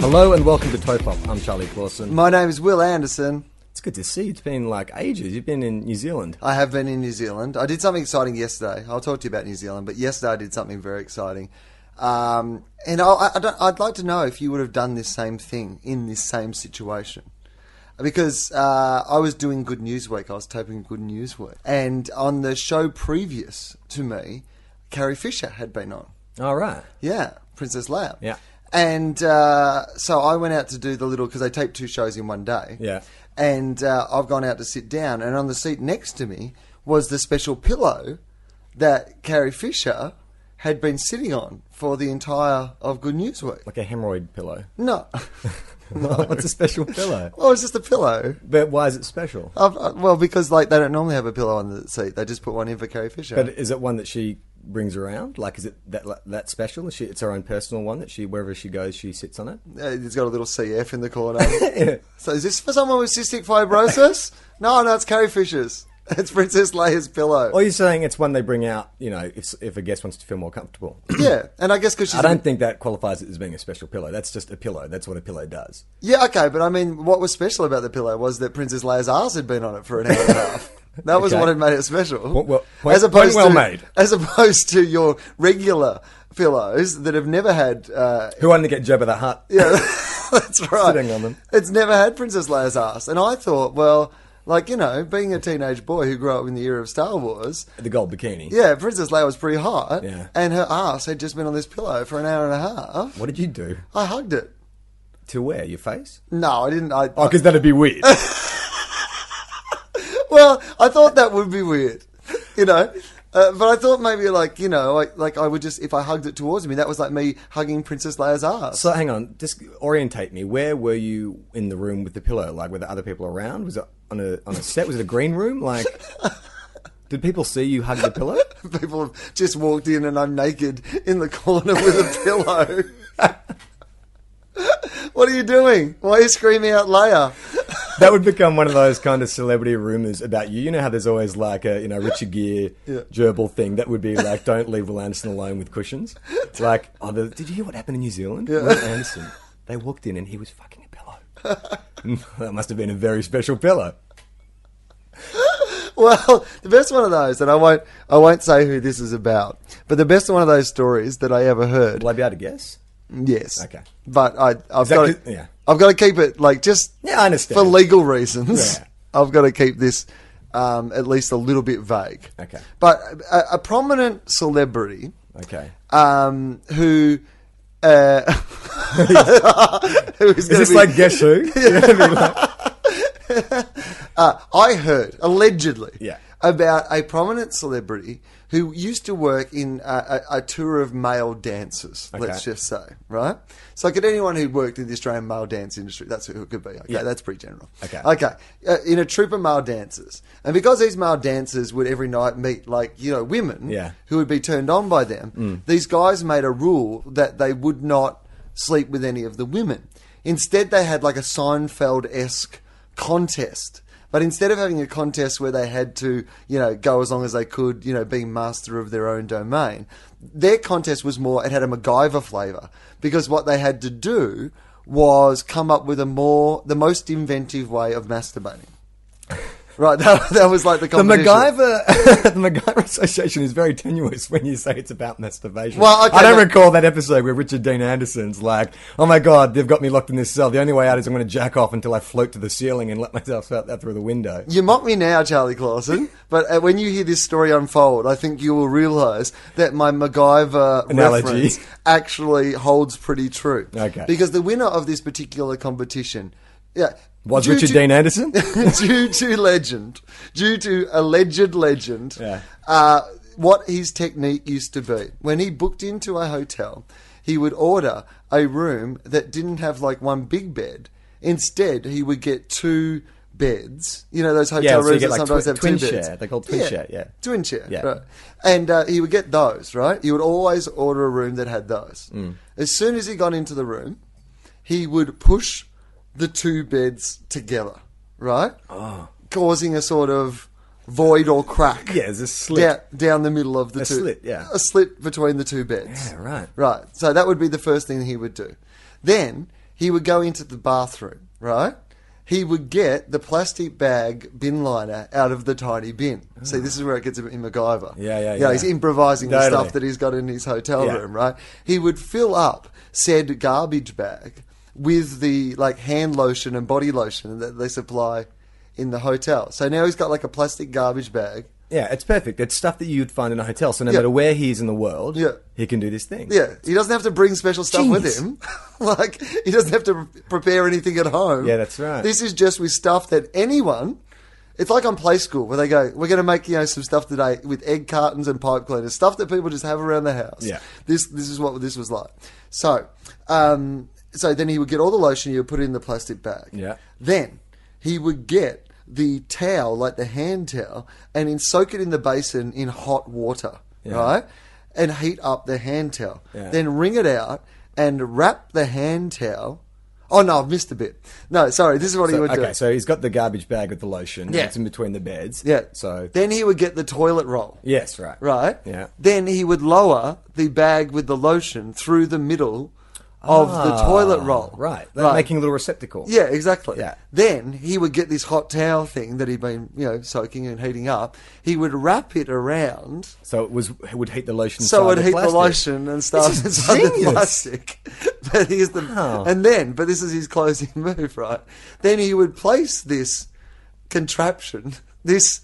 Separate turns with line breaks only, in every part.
Hello and welcome to Topop. I'm Charlie Clausen.
My name is Will Anderson.
It's good to see you. It's been like ages. You've been in New Zealand.
I have been in New Zealand. I did something exciting yesterday. I'll talk to you about New Zealand, but yesterday I did something very exciting. Um, and I'll, I, I don't, I'd like to know if you would have done this same thing in this same situation. Because uh, I was doing Good News Week, I was taping Good News Week. And on the show previous to me, Carrie Fisher had been on.
All right.
Yeah, Princess Lab.
Yeah.
And uh, so I went out to do the little because they tape two shows in one day.
Yeah.
And uh, I've gone out to sit down, and on the seat next to me was the special pillow that Carrie Fisher had been sitting on for the entire of Good News Week.
Like a hemorrhoid pillow.
No,
What's a special pillow?
well, it's just a pillow.
But why is it special?
I've, uh, well, because like they don't normally have a pillow on the seat; they just put one in for Carrie Fisher.
But is it one that she brings around? Like, is it that that special? Is she, it's her own personal one that she, wherever she goes, she sits on it?
Uh, It's got a little CF in the corner. So is this for someone with cystic fibrosis? no, no, it's Carrie Fisher's. It's Princess Leia's pillow.
Or you're saying it's one they bring out, you know, if, if a guest wants to feel more comfortable?
yeah, and I guess because she's
I don't think that qualifies it as being a special pillow. That's just a pillow. That's what a pillow does.
yeah, okay, but I mean, what was special about the pillow was that Princess Leia's ass had been on it for an hour and a half. That was
Okay.
what had made it special.
Well- well- point- point well
to,
made.
as opposed to your regular pillows that have never had uh,
Who wanted to get Jabba the Hutt?
Yeah, that's right.
Sitting on them.
It's never had Princess Leia's ass. And I thought, well, like, you know, being a teenage boy who grew up in the era of Star Wars,
The gold bikini.
yeah, Princess Leia was pretty hot.
Yeah.
And her ass had just been on this pillow for an hour and a half.
What did you do?
I hugged it.
To where? Your face?
No, I didn't. I,
Oh, because that'd be weird.
well, I thought that would be weird, you know. Uh, but I thought maybe like you know like, like I would just if I hugged it towards me that was like me hugging Princess Leia's ass.
so hang on, just orientate me. Where were you in the room with the pillow? Like, were there other people around? Was it on a on a set? Was it a green room? Like, did people see you hug the pillow?
People have just walked in and I'm naked in the corner with a pillow. what are you doing? Why are you screaming out Leia?
That would become one of those kind of celebrity rumors about you. You know how there's always like a you know Richard Gere gerbil thing that would be like, don't leave Will Anderson alone with cushions. Like, oh, the, did you hear what happened in New Zealand? Will Anderson, they walked in and he was fucking a pillow. that must have been a very special pillow.
Well, the best one of those, and I won't, I won't say who this is about, but the best one of those stories that I ever heard.
Will I be able to guess?
Yes.
Okay.
But I, I've
that
got,
good?
to,
Yeah.
I've got to keep it like just
Yeah, I understand.
for legal reasons.
Yeah.
I've got to keep this um, at least a little bit vague.
Okay.
But a, a prominent celebrity
Okay.
um, who uh, who
Is
is, gonna
this
be-
like Guess Who? You know what I mean? Like-
uh, I heard allegedly
Yeah.
about a prominent celebrity who used to work in a, a, a tour of male dancers. Let's
Okay.
just say, right? So, could anyone who worked in the Australian male dance industry? That's who it could be. Okay,
Yeah.
that's pretty general.
Okay.
okay, uh, in a troupe of male dancers, and because these male dancers would every night meet like you know women,
Yeah. Mm.
who would be turned on by them. These guys made a rule that they would not sleep with any of the women. Instead, they had like a Seinfeld esque contest. But instead of having a contest where they had to, you know, go as long as they could, you know, being master of their own domain, their contest was more, it had a MacGyver flavour. Because what they had to do was come up with a more, the most inventive way of masturbating. Right, that, that was like the
The
competition.
MacGyver, the MacGyver association is very tenuous when you say it's about masturbation.
Well, okay,
I don't
but-
recall that episode where Richard Dean Anderson's like, "Oh my god, they've got me locked in this cell. The only way out is I'm going to jack off until I float to the ceiling and let myself out, out through the window."
You mock me now, Charlie Clausen, but uh, when you hear this story unfold, I think you will realise that my MacGyver
Analogy.
reference actually holds pretty true.
Okay.
Because the winner of this particular competition, yeah,
Was
due
Richard
to-
Dean Anderson?
due to legend, due to alleged legend,
Yeah.
uh, what his technique used to be. When he booked into a hotel, he would order a room that didn't have like one big bed. Instead, he would get two beds. You know those hotel
so you
rooms
get,
that
like,
sometimes
twi-
have
twin
two beds.
share. They're called twin share, yeah.
twin chair.
Yeah.
Right. And uh, he would get those. Right. He would always order a room that had those. As soon as he got into the room, he would push the two beds together, right? Causing a sort of void or crack.
yeah, there's a slit.
Down, down the middle of the
A
two.
slit, yeah.
A slit between the two beds.
Yeah, right.
Right. So that would be the first thing he would do. Then He would go into the bathroom, right? He would get the plastic bag bin liner out of the tiny bin. See, this is where it gets a bit in MacGyver.
Yeah, yeah,
You know, he's
yeah.
improvising the
Totally.
stuff that he's got in his hotel
Yeah.
room, right? He would fill up said garbage bag with the like hand lotion and body lotion that they supply in the hotel. So now he's got like a plastic garbage bag.
Yeah, it's perfect. It's stuff that you'd find in a hotel. So no
Yeah.
matter where he is in the world,
Yeah.
he can do this thing.
Yeah, he doesn't have to bring special stuff with
Genius.
him. like he doesn't have to prepare anything at home.
Yeah, that's right.
This is just with stuff that anyone. It's like on play school where they go, "We're going to make you know some stuff today with egg cartons and pipe cleaners, stuff that people just have around the house."
Yeah.
This this is what this was like. So, um, so then he would get all the lotion, he would put it in the plastic bag.
Yeah.
Then he would get the towel, like the hand towel, and then soak it in the basin in hot water,
Yeah.
right? And heat up the hand towel.
Yeah.
Then wring it out and wrap the hand towel. Oh no, I've missed a bit. No, sorry. This is what he
So-
would do.
okay, so he's got the garbage bag with the lotion. and
Yeah.
It's in between the beds.
yeah.
So
then he would get the toilet roll.
yes, right.
Right.
Yeah.
Then he would lower the bag with the lotion through the middle of the
Ah,
toilet roll.
Right. Like making a little receptacle.
Yeah, exactly.
Yeah.
Then he would get this hot towel thing that he'd been, you know, soaking and heating up. He would wrap it around
So it was it would heat the lotion.
so
inside
it would heat
plastic.
the lotion and stuff
This is
inside the
genius.
plastic. But he's the
Wow.
and then, but this is his closing move, right? Then he would place this contraption, this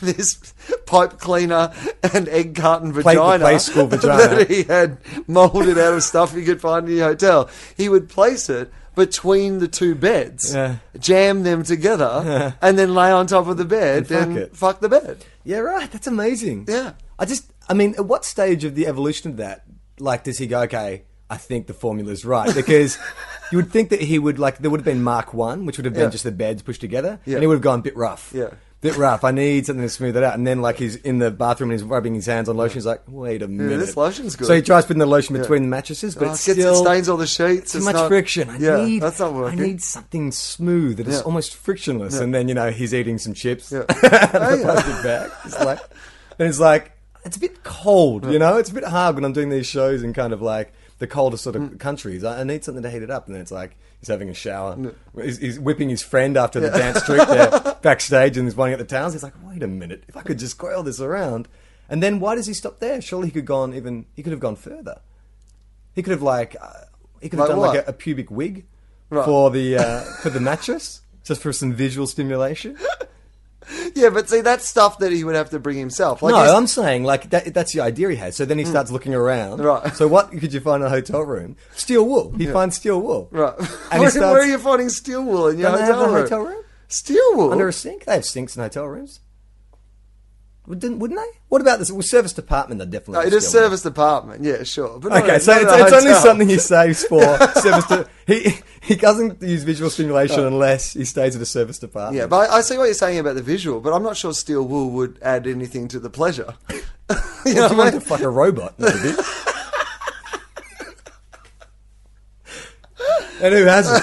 this pipe cleaner and egg carton
Play- the
vagina,
play school vagina.
that he had molded out of stuff you could find in the hotel. He would place it. Between the two beds,
Yeah.
jam them together, and then lay on top of the bed
fuck
and,
it.
fuck the bed.
Yeah, right. That's amazing.
Yeah.
I just, I mean, at what stage of the evolution of that, like, does he go, okay, I think the formula's right? Because you would think that he would, like, there would have been Mark 1, which would have been
Yeah.
just the beds pushed together,
Yeah.
and he would have gone bit rough.
Yeah.
Bit rough. I need something to smooth that out. And then, like, he's in the bathroom and he's rubbing his hands on lotion. He's like, wait a minute.
this lotion's good.
So he tries putting the lotion between the mattresses, but
Oh,
it's
it gets-
Uh, still
it stains all the sheets.
too
it's
much
not-
friction. I
yeah,
need
that's not working.
I need something smooth that is
Yeah.
almost frictionless. And then you know he's eating some chips
Yeah.
out of the plastic bag. It's like, and it's like it's a bit cold. You know, it's a bit hard when I'm doing these shows in kind of like the colder sort of
Mm.
countries. I, I need something to heat it up. And then it's like he's having a shower. He's, he's whipping his friend after the dance troupe there backstage, and he's winding up the towels. He's like, wait a minute, if I could just coil this around. And then why does he stop there? Surely he could gone even he could have gone further. He could have like uh, he could have
Like
done
what?
like a, a pubic wig
Right.
for the uh, for the mattress, just for some visual stimulation.
Yeah, but see, that's stuff that he would have to bring himself. Like,
no,
he's-
I'm saying like that, that's the idea he has. So then he starts looking around.
Right.
So what could you find in a hotel room? Steel wool. He finds steel wool.
right.
And he
where, where are
starts
you finding steel wool in your
Don't they have
hotel,
a
room?
hotel room?
Steel wool.
under a sink. They have sinks in hotel rooms. Wouldn't, wouldn't they? What about this? Well, service department, they definitely.
No,
have
it is
steel wool.
Uh, service department. Yeah, sure. But not
Okay,
in-
so
not in
it's,
a
it's only
hotel.
something he saves for service. De- he he doesn't use visual stimulation unless he stays at a service department.
Yeah, but I, I see what you're saying about the visual, but I'm not sure steel wool would add anything to the pleasure. you know
Do you
what I
want
mean?
to fuck a robot? Maybe. and who hasn't?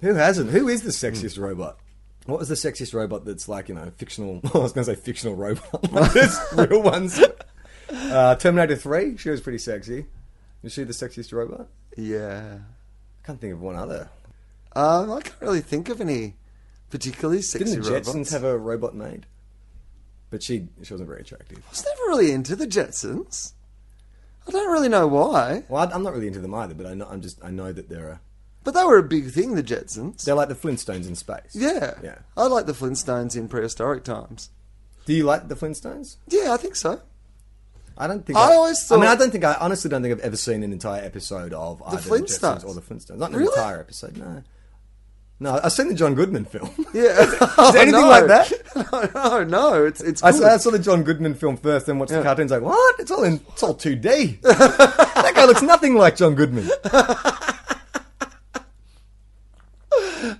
Who hasn't? Who is the sexiest robot? What was the sexiest robot that's like, you know, fictional? I was going to say fictional robot. like There's real ones. Uh, Terminator 3, she was pretty sexy. Is she the sexiest robot?
Yeah.
I can't think of one other.
Um, I can't really think of any particularly sexy
Didn't the Jetsons
robots.
have a robot maid? But she she wasn't very attractive.
I was never really into the Jetsons. I don't really know why,
Well, I- I'm not really into them either, but I know, I'm just I know that they're a,
but they were a big thing, the Jetsons.
they're like the Flintstones in space.
Yeah.
yeah.
I like the Flintstones in prehistoric times.
Do you like the Flintstones?
Yeah, I think so.
I don't think.
I always
I mean,
thought-
I don't think. I honestly don't think I've ever seen an entire episode of the either
Flintstones?
the Jetsons or the Flintstones. Not an
Really?
entire episode. No. No, I've seen the John Goodman film.
Yeah.
Is there anything like that?
that? No, no, no. It's it's
I
good.
saw, I saw the John Goodman film first, then watched
Yeah.
the cartoons. Like, what? It's all in. It's all two D. that guy looks nothing like John Goodman.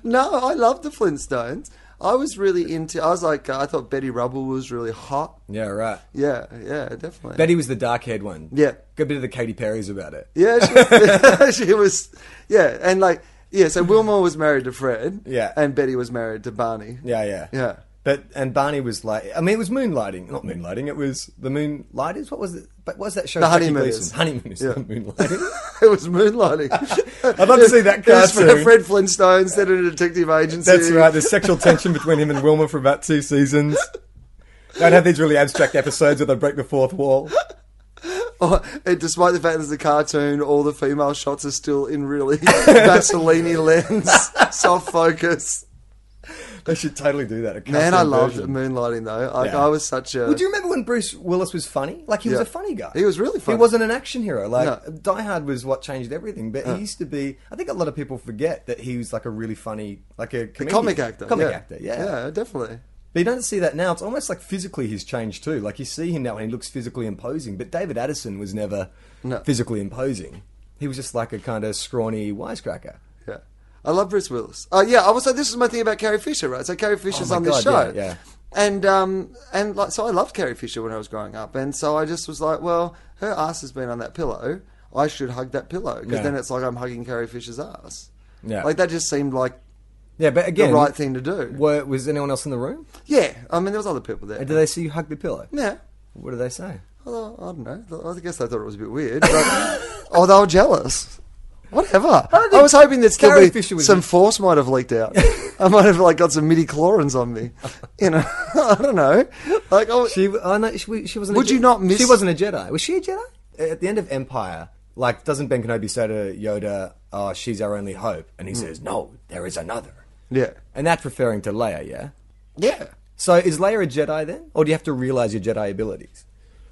No, I love the Flintstones. I was really into. I was like, uh, I thought Betty Rubble was really hot.
Yeah, right.
Yeah, yeah, definitely.
Betty was the dark-haired one.
Yeah.
got a bit of the Katy Perry's about it.
Yeah, she was, she was. Yeah, and like, yeah. So Wilma was married to Fred.
Yeah.
and Betty was married to Barney.
Yeah, yeah,
yeah.
But and Barney was like, I mean, it was moonlighting, not moonlighting. It was the moonlighters. What was it? But what was that show?
The
Jackie
Honeymooners.
Gleason? Honeymooners.
Yeah.
not moonlighting.
It was moonlighting.
I'd love to see that
It was
cartoon.
Fred Flintstone set in a detective agency.
That's right. There's sexual tension between him and Wilma for about two seasons. Don't have these really abstract episodes where they break the fourth wall.
Oh, and despite the fact that it's a cartoon, all the female shots are still in really Vaseline lens, soft focus.
They should totally do that. a
Man,
cartoon
I loved
version.
moonlighting though. I,
Yeah.
I was such a.
Well, do you remember when Bruce Willis was funny? Like he was
Yeah.
a funny guy.
He was really funny.
He wasn't an action hero. Like
No.
Die Hard was what changed everything. But he used to be. I think a lot of people forget that he was like a really funny, like a comedian.
comic actor?
Comic
yeah.
actor. Yeah.
yeah, definitely.
But you don't see that now. It's almost like physically he's changed too. Like you see him now and he looks physically imposing. But David Addison was never
No.
physically imposing. He was just like a kind of scrawny wisecracker.
Yeah. I love Bruce Willis. Uh, yeah, I was like, this is my thing about Carrie Fisher, right? So Carrie Fisher's
Oh my
on this show.
God, yeah, yeah.
And um and like so I loved Carrie Fisher when I was growing up. And so I just was like, well, her ass has been on that pillow. I should hug that pillow because
Yeah.
then it's like I'm hugging Carrie Fisher's ass.
Yeah.
Like that just seemed like
Yeah, but
the
again,
right thing to do.
Were, was anyone else in the room?
yeah. I mean, there was other people there.
Or did they see you hug the pillow?
yeah.
What did they say?
Although, I don't know. I guess they thought it was a bit weird. But, oh, they were jealous. Whatever. I,
think
was hoping that still
Carrie
be
Fisher was-
some force might have leaked out. I might have like got some midi chlorins on me. You know, I don't know. Like, I was-
She, I know she, she wasn't. a
Would
Je-
you not miss-
She wasn't a Jedi. Was she a Jedi? At the end of Empire, like, doesn't Ben Kenobi say to Yoda, "Oh, she's our only hope," and he
Hmm.
says, "No, there is another,"
yeah,
and that's referring to Leia, yeah.
yeah.
So is Leia a Jedi then, or do you have to realize your Jedi abilities?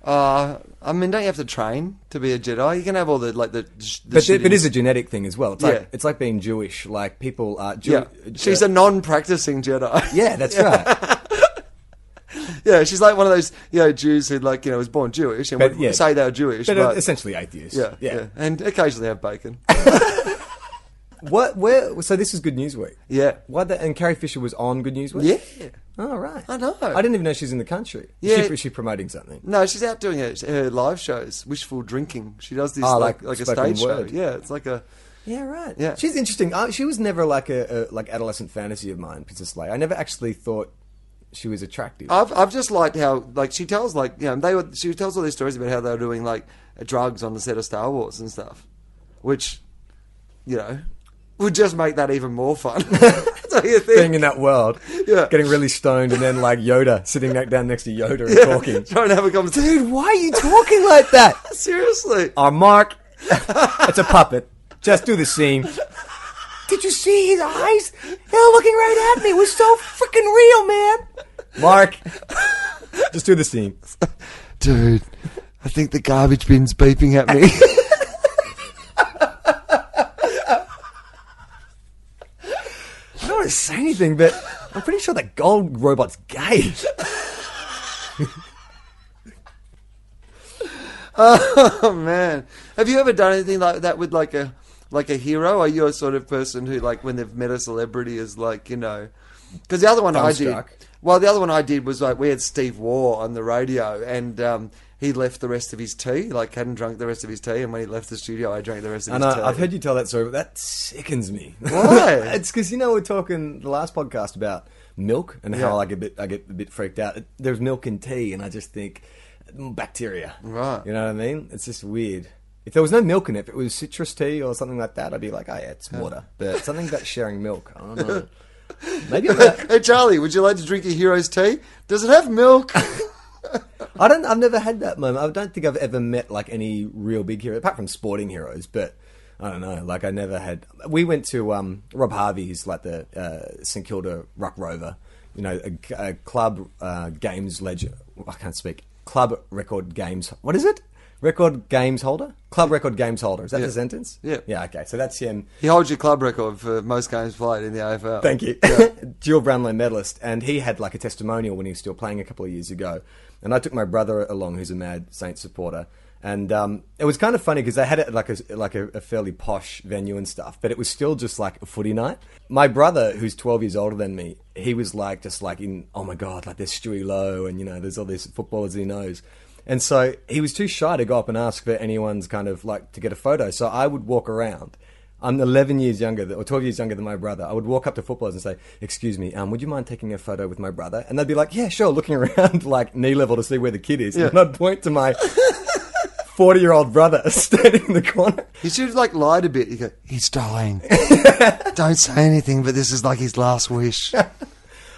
Uh, I mean, don't you have to train to be a Jedi? You can have all the like the. sh- the
But
shit
it, it
in-
is a genetic thing as well. It's
Yeah.
like it's like being Jewish. Like people are. Jew-
yeah. She's a non-practicing Jedi.
yeah, that's right.
yeah. She's like one of those you know Jews who like you know was born Jewish and
But,
would
yeah.
say they were Jewish,
But
but,
uh, essentially atheist.
yeah, yeah,
yeah.
and occasionally have bacon.
What? Where? So this is Good News Week.
Yeah.
Why the, and Carrie Fisher was on Good News Week.
yeah.
Oh, right.
I know.
I didn't even know she's in the country. Is
Yeah.
She, is she promoting something?
No, she's out doing her, her live shows, Wishful Drinking. She does this
Oh,
like,
like
Ah, like a
spoken
stage
word.
show. Yeah, it's like a.
Yeah, right.
Yeah.
She's interesting. I, she was never like a, a like adolescent fantasy of mine, Princess Leia. I never actually thought she was attractive.
I've, I've just liked how like she tells like you know they were she tells all these stories about how they were doing like uh, drugs on the set of Star Wars and stuff, which, you know, would just make that even more fun. do you think?
Being in that world,
Yeah.
getting really stoned, and then like Yoda sitting back down next to Yoda and
Yeah.
talking.
Trying to have a conversation.
Dude, why are you talking like that?
Seriously.
Our Oh, Mark, it's a puppet. Just do the scene. Did you see his eyes? They were looking right at me. It was so freaking real, man. Mark, just do the scene.
Dude, I think the garbage bin's beeping at me.
I don't want to say anything, but I'm pretty sure that gold robot's gay.
Oh man, have you ever done anything like that with like a like a hero? Are you a sort of person who like when they've met a celebrity is like you know? Because the other one I
Dumbstruck.
did, well, the other one I did was like we had Steve Waugh on the radio, and um, he left the rest of his tea, like hadn't drunk the rest of his tea, and when he left the studio, I drank the rest of
And
his
I,
tea.
I've heard you tell that story, but that sickens me.
Why?
it's because you know we're talking the last podcast about milk and
Yeah.
how I get a bit, I get a bit freaked out. There's milk in tea, and I just think mm, bacteria.
Right.
You know what I mean? It's just weird. If there was no milk in it, if it was citrus tea or somethething like that, I'd be like, oh yeah, it's water. But something about sharing milk, I don't know. Maybe I'm not-
Hey Charlie, would you like to drink your hero's tea? Does it have milk?
I don't. I've never had that moment. I don't think I've ever met like any real big hero, apart from sporting heroes. But I don't know. Like I never had. We went to um, Rob Harvey's, like the uh, St Kilda Rock Rover. You know, a, a club uh, games legend. I can't speak. Club record games. What is it? Record games holder. Club record games holder. Is that the sentence?
Yeah.
Yeah. Okay. So that's him.
he holds your club record for most games played in the AFL.
Thank you. Jill Brownlow medalist. And he had like a testimonial when he was still playing a couple of years ago. And I took my brother along, who's a mad Saint supporter. And um, it was kind of funny because they had it at like a, like a, a fairly posh venue and stuff, but it was still just like a footy night. My brother, who's 12 years older than me, he was like, just like, in, oh my God, like there's Stewie Lowe and, you know, there's all these footballers he knows. And so he was too shy to go up and ask for anyone's kind of like to get a photo. So I would walk around I'm 11 years younger th- or 12 years younger than my brother. I would walk up to footballers and say, "Excuse me, um, would you mind taking a photo with my brother?" And they'd be like, "Yeah, sure." Looking around like knee level to see where the kid is,
Yeah.
and I'd point to my 40 year old brother standing in the corner.
You should have like lied a bit. You go, he's dying. Don't say anything, but this is like his last wish.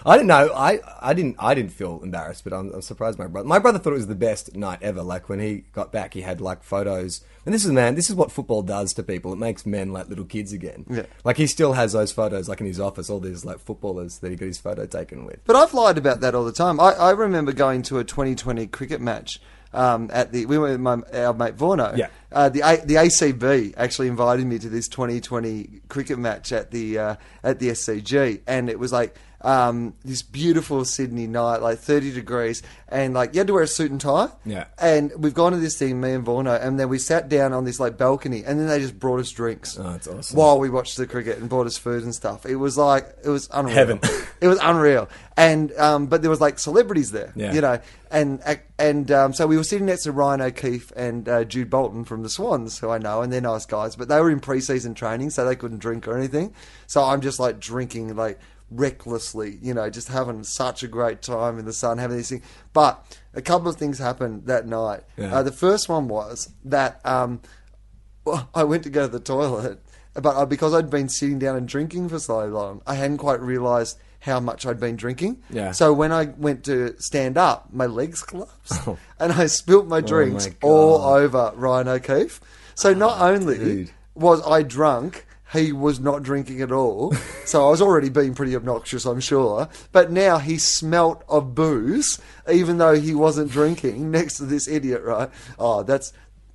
I don't know. I, I didn't I didn't feel embarrassed, but I'm, I'm surprised my brother. My brother thought it was the best night ever. Like when he got back, he had like photos. And this is man, this is what football does to people. It makes men like little kids again.
Yeah.
Like he still has those photos, like in his office, all these like footballers that he got his photo taken with.
But I've lied about that all the time. I, I remember going to a 2020 cricket match um, at the we were with my, our mate Vorno.
Yeah.
Uh, the a, the ACB actually invited me to this 2020 cricket match at the uh, at the SCG, and it was like um, this beautiful Sydney night, like 30 degrees, and like you had to wear a suit and tie.
Yeah.
And we've gone to this thing, me and Vorno, and then we sat down on this like balcony, and then they just brought us drinks.
Oh, that's awesome.
While we watched the cricket and brought us food and stuff, it was like it was unreal.
Heaven.
It was unreal, and um, but there was like celebrities there,
Yeah.
you know, and and um, so we were sitting next to Ryan O'Keefe and uh, Jude Bolton from the Swans, who I know, and they're nice guys, but they were in preseason training, so they couldn't drink or anything. So I'm just like drinking like recklessly, you know, just having such a great time in the sun, having this thing. But a couple of things happened that night.
Yeah.
Uh, the first one was that um, well, I went to go to the toilet, but I, because I'd been sitting down and drinking for so long, I hadn't quite realised how much I'd been drinking.
Yeah.
So when I went to stand up, my legs collapsed, and I spilt my drinks
Oh. God. Ah,
all over Ryan O'Keefe. So not only
dude.
was I drunk. He was not drinking at all, so I was already being pretty obnoxious, I'm sure. But now he smelt of booze, even though he wasn't drinking. Next to this idiot, right? Oh, that's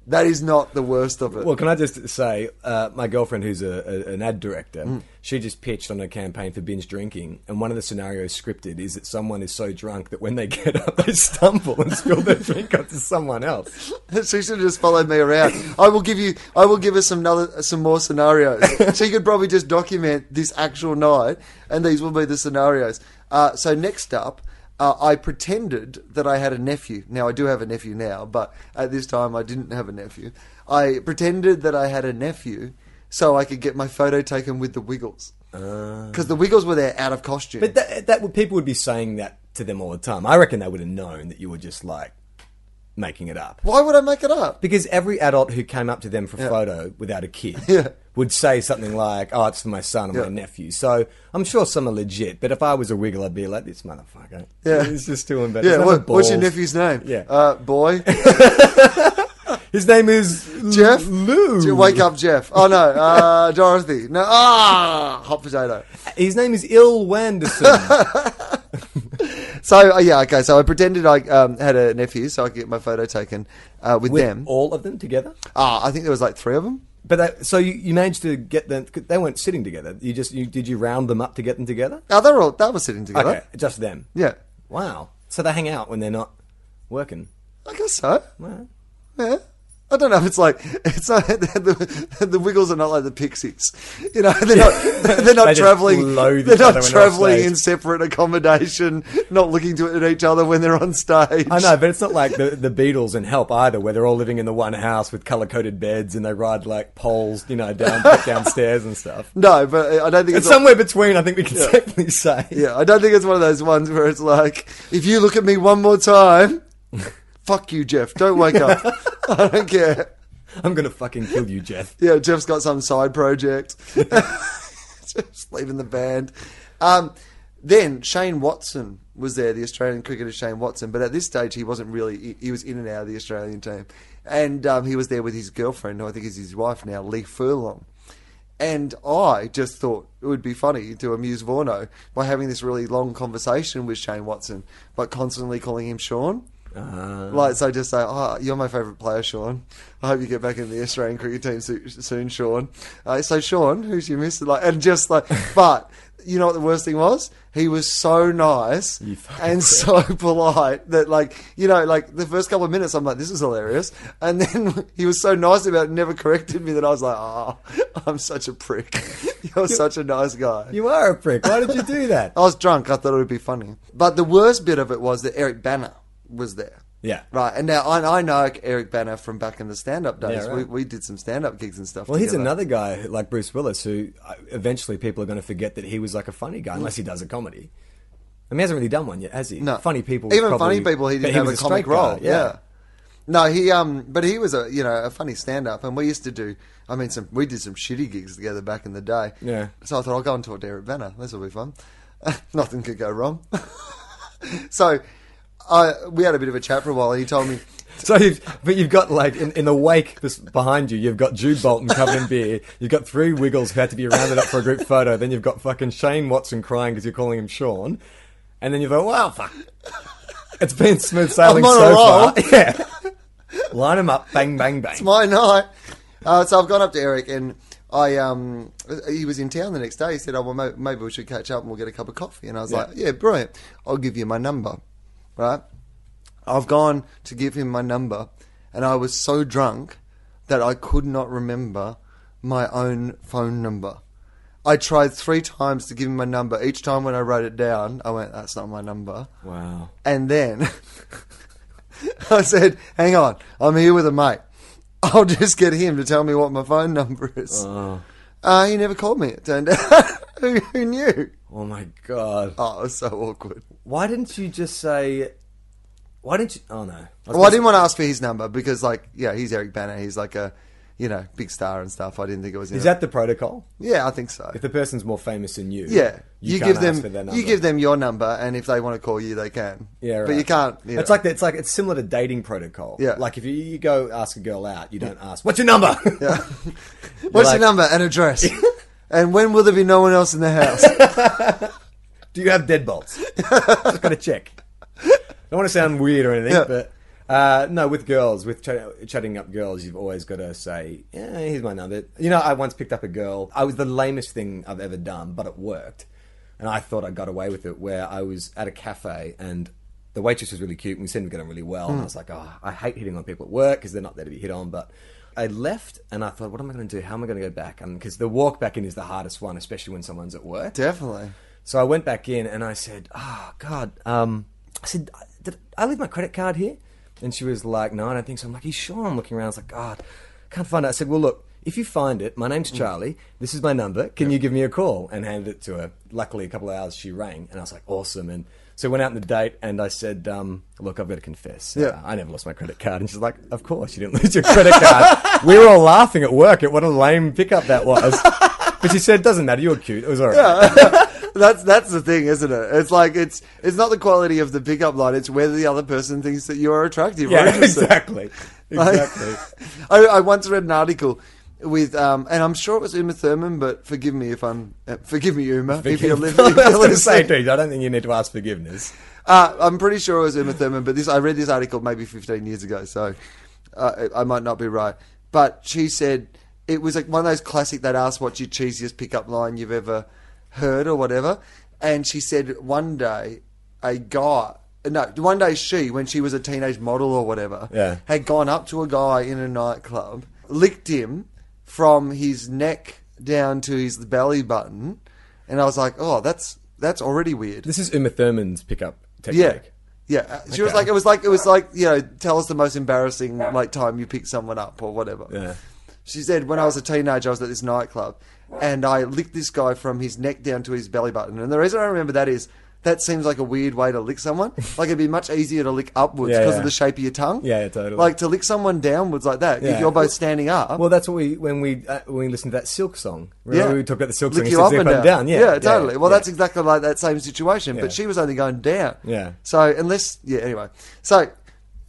that is not the worst of it.
Well, can I just say, uh, my girlfriend, who's a, a, an ad director, she just pitched on a campaign for binge drinking, and one of the scenarios scripted is that someone is so drunk that when they get up, they stumble and spill their drink onto someone else.
she should have just followed me around. I will give you. I will give her some another, some more scenarios. she could probably just document this actual night, and these will be the scenarios. Uh, so next up. Uh, I pretended that I had a nephew. Now I do have a nephew now, but at this time I didn't have a nephew. I pretended that I had a nephew so I could get my photo taken with the Wiggles because the Wiggles were there out of costume.
Uh. But that, that would, people would be saying that to them all the time. I reckon they would have known that you were just like making it up.
Why would I make it up?
Because every adult who came up to them for a photo without a kid
Yeah.
would say something like, oh, it's for my son and my nephew. So I'm sure some are legit, but if I was a wiggle, I'd be like, this motherfucker.
Yeah.
He's just too embarrassed.
Yeah,
Another
what, what's your
balls.
nephew's name?
Yeah.
uh, boy.
His name is
Jeff?
Lou.
Do you wake up, Jeff? Oh no, uh, Dorothy. No, ah, hot potato.
His name is Il Wanderson.
So uh, yeah, okay. So I pretended I um, had a nephew, so I could get my photo taken uh, with,
With
them.
all of them together?
Ah, I think there was like three of them.
But that, so you, you managed to get them. They weren't sitting together. You just you, did you round them up to get them together?
Oh, they were all they were sitting together.
Okay, just them.
Yeah,
Wow. So they hang out when they're not working.
I guess so.
Wow.
Yeah. I don't know if it's like it's not the, the Wiggles are not like the Pixies, you know. They're not they're not
They just
traveling.
loathe each
They're
other when they're
not
on
traveling
stage.
in separate accommodation, not looking to at each other when they're on stage.
I know, but it's not like the, the Beatles and Help either, where they're all living in the one house with color coded beds and they ride like poles, you know, down downstairs and stuff.
No, but I don't think
It's
it's,
somewhere between, I think we can safely say.
Yeah, I don't think it's one of those ones where it's like, if you look at me one more time, fuck you, Jeff. Don't wake up. I don't care.
I'm gonna fucking kill you, Jeff.
Yeah, Jeff's got some side project. Just leaving the band. Um, then Shane Watson was there, the Australian cricketer Shane Watson. But at this stage, he wasn't really. He, he was in and out of the Australian team, and um, he was there with his girlfriend, who I think is his wife now, Lee Furlong. And I just thought it would be funny to amuse Vorno by having this really long conversation with Shane Watson, but constantly calling him Sean.
Uh,
Like, so just say, oh, you're my favourite player, Sean. I hope you get back in the Australian cricket team so- soon, Sean. Uh, so, Sean, who's your miss? Like, and just like, but you know what the worst thing was? He was so nice
You fucking
and so polite that, like, you know, like the first couple of minutes, I'm like, this is hilarious. And then he was so nice about it, never corrected me that I was like, oh, I'm such a prick. You're such a nice guy.
you are a prick. Why did you do that?
I was drunk. I thought it would be funny. But the worst bit of it was that Eric Banner was there.
Yeah.
Right. And now I, I know Eric Banner from back in the stand up days.
Yeah, right.
we, we did some stand up gigs and stuff.
Well, he's
together.
another guy like Bruce Willis who uh, eventually people are going to forget that he was like a funny guy unless he does a comedy. I mean, he hasn't really done one yet, has he?
No.
Funny people.
Even
probably-
funny people, he
but
didn't have
was
a
straight
comic role.
guy,
Yeah. No, he um, but he was a you know a funny stand up, and we used to do. I mean, some we did some shitty gigs together back in the day.
Yeah.
So I thought I'll go and talk to Eric Banner. This will be fun. Nothing could go wrong. so, I we had a bit of a chat for a while, and he told me.
So, you've, but you've got like in, in the wake this, behind you, you've got Jude Bolton covered in beer. You've got three Wiggles who had to be rounded up for a group photo. Then you've got fucking Shane Watson crying because you're calling him Sean. And then you thought, wow, fuck. It's been smooth sailing
I'm on
so
a
far.
roll.
Yeah. Line them up, bang, bang, bang.
my night. Uh, so I've gone up to Eric and I um he was in town the next day. He said, "Oh well, may- maybe we should catch up and we'll get a cup of coffee." And I was
Yeah.
like, "Yeah, brilliant. I'll give you my number." Right? I've gone to give him my number, and I was so drunk that I could not remember my own phone number. I tried three times to give him my number. Each time when I wrote it down, I went, "That's not my number."
Wow.
And then I said, hang on, I'm here with a mate. I'll just get him to tell me what my phone number is.
Oh,
Uh, he never called me, it turned out. who, who knew?
oh my God.
Oh, it was so awkward.
Why didn't you just say. Why didn't you. Oh no. I was
Well, I
gonna
didn't want to ask for his number because, like, yeah, he's Eric Banner. He's like a, you know, big star and stuff. I didn't think it was.
say- Is that the protocol?
Yeah, I think so.
If the person's more famous than you,
Yeah,
you,
you,
can't
give
ask
them
for their number.
you give them your number, and if they want to call you, they can.
Yeah, right.
but you can't. You
It's
know.
like it's like it's similar to dating protocol.
Yeah.
like if you, you go ask a girl out, you don't ask what's your number.
Yeah. What's
like-
your number and address? and when will there be no one else in the house?
Do you have deadbolts? Just got to check. Don't want to sound weird or anything,
Yeah.
but uh, no, with girls, with ch- chatting up girls, you've always got to say, "Yeah, here's my number." You know, I once picked up a girl. I was the lamest thing I've ever done, but it worked, and I thought I got away with it. Where I was at a cafe and. The waitress was really cute, and we seemed to get on really well. And I was like, "Oh, I hate hitting on people at work because they're not there to be hit on." But I left, and I thought, "What am I going to do? How am I going to go back?" Because the walk back in is the hardest one, especially when someone's at work.
Definitely.
So I went back in and I said, "Oh God," um, I said, "Did I leave my credit card here?" And she was like, "No, I don't think so." I'm like, "You sure?" I'm looking around. I was like, "God, can't find it." I said, "Well, look, if you find it, my name's Charlie. This is my number. Can you give me a call?" And handed it to her. Luckily, a couple of hours she rang, and I was like, "Awesome!" And so I went out on the date, and I said, um, "Look, I've got to confess, uh,
Yeah.
I never lost my credit card." And she's like, "Of course, you didn't lose your credit card." we were all laughing at work at what a lame pickup that was. But she said, "Doesn't matter. You were cute. It was all right."
that's that's the thing, isn't it? It's like it's it's not the quality of the pickup line; it's whether the other person thinks that you are attractive. or
Yeah,
interesting.
exactly.
Like-
Exactly.
I, I once read an article with, um, and I'm sure it was Uma Thurman, but forgive me if I'm uh, forgive me, Uma, if you're
I
listening.
was
if you're
going to say,
listening.
dude, I don't think you need to ask forgiveness.
Uh, I'm pretty sure it was Uma Thurman, but this I read this article maybe 15 years ago, so uh, I I might not be right. But she said it was like one of those classic that asked what's your cheesiest pickup line you've ever heard or whatever, and she said one day a guy. No, one day she, when she was a teenage model or whatever,
Yeah.
had gone up to a guy in a nightclub, licked him from his neck down to his belly button, and I was like, "Oh, that's that's already weird."
This is Uma Thurman's pickup technique.
Yeah. Yeah, uh, she was
Okay.
like, it was like, it was like, you know, tell us the most embarrassing like time you picked someone up or whatever.
Yeah.
She said, when I was a teenager, I was at this nightclub, and I licked this guy from his neck down to his belly button. And the reason I remember that is that seems like a weird way to lick someone. Like it'd be much easier to lick upwards
Yeah,
because
yeah.
of the shape of your tongue.
Yeah, yeah, totally.
Like to lick someone downwards like that
Yeah.
if you're both standing up.
Well, that's what we when we uh, when we listened to that Silk song. Remember
Yeah.
we talked about the Silk
Lick
song.
you
it's
up and down.
Yeah,
totally. well,
yeah.
that's exactly like that same situation,
Yeah.
but she was only going down.
Yeah.
So unless, yeah. Anyway, so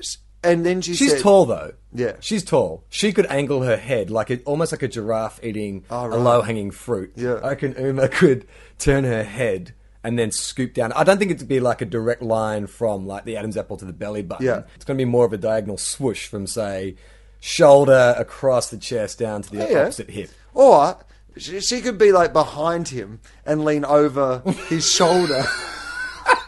s- and then she
She's
said,
tall though.
Yeah.
she's tall. She could angle her head like it, almost like a giraffe eating
Oh,
a
right.
low hanging fruit.
Yeah.
I can Uma could turn her head and then scoop down. I don't think it'd be like a direct line from like the Adam's apple to the belly button.
Yeah.
it's going to be more of a diagonal swoosh from say shoulder across the chest down to the
Oh, Yeah.
opposite hip.
Or she, she could be like behind him and lean over his shoulder.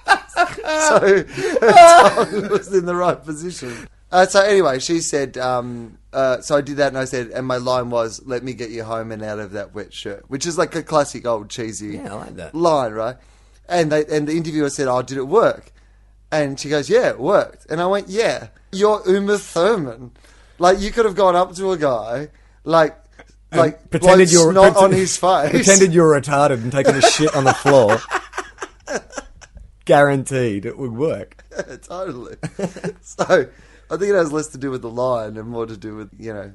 so her tongue was in the right position. Uh, so anyway, she said. Um, uh, so I did that, and I said, and my line was, "Let me get you home and out of that wet shirt," which is like a classic old cheesy
Yeah, I like that.
line, right? And they and the interviewer said, "Oh, did it work?" And she goes, Yeah, it worked. And I went, Yeah, you're Uma Thurman. Like, you could have gone up to a guy, like, like, pretended you're not on his face.
Pretended you were retarded and taking a shit on the floor. Guaranteed it would work.
Yeah, totally. so I think it has less to do with the line and more to do with you know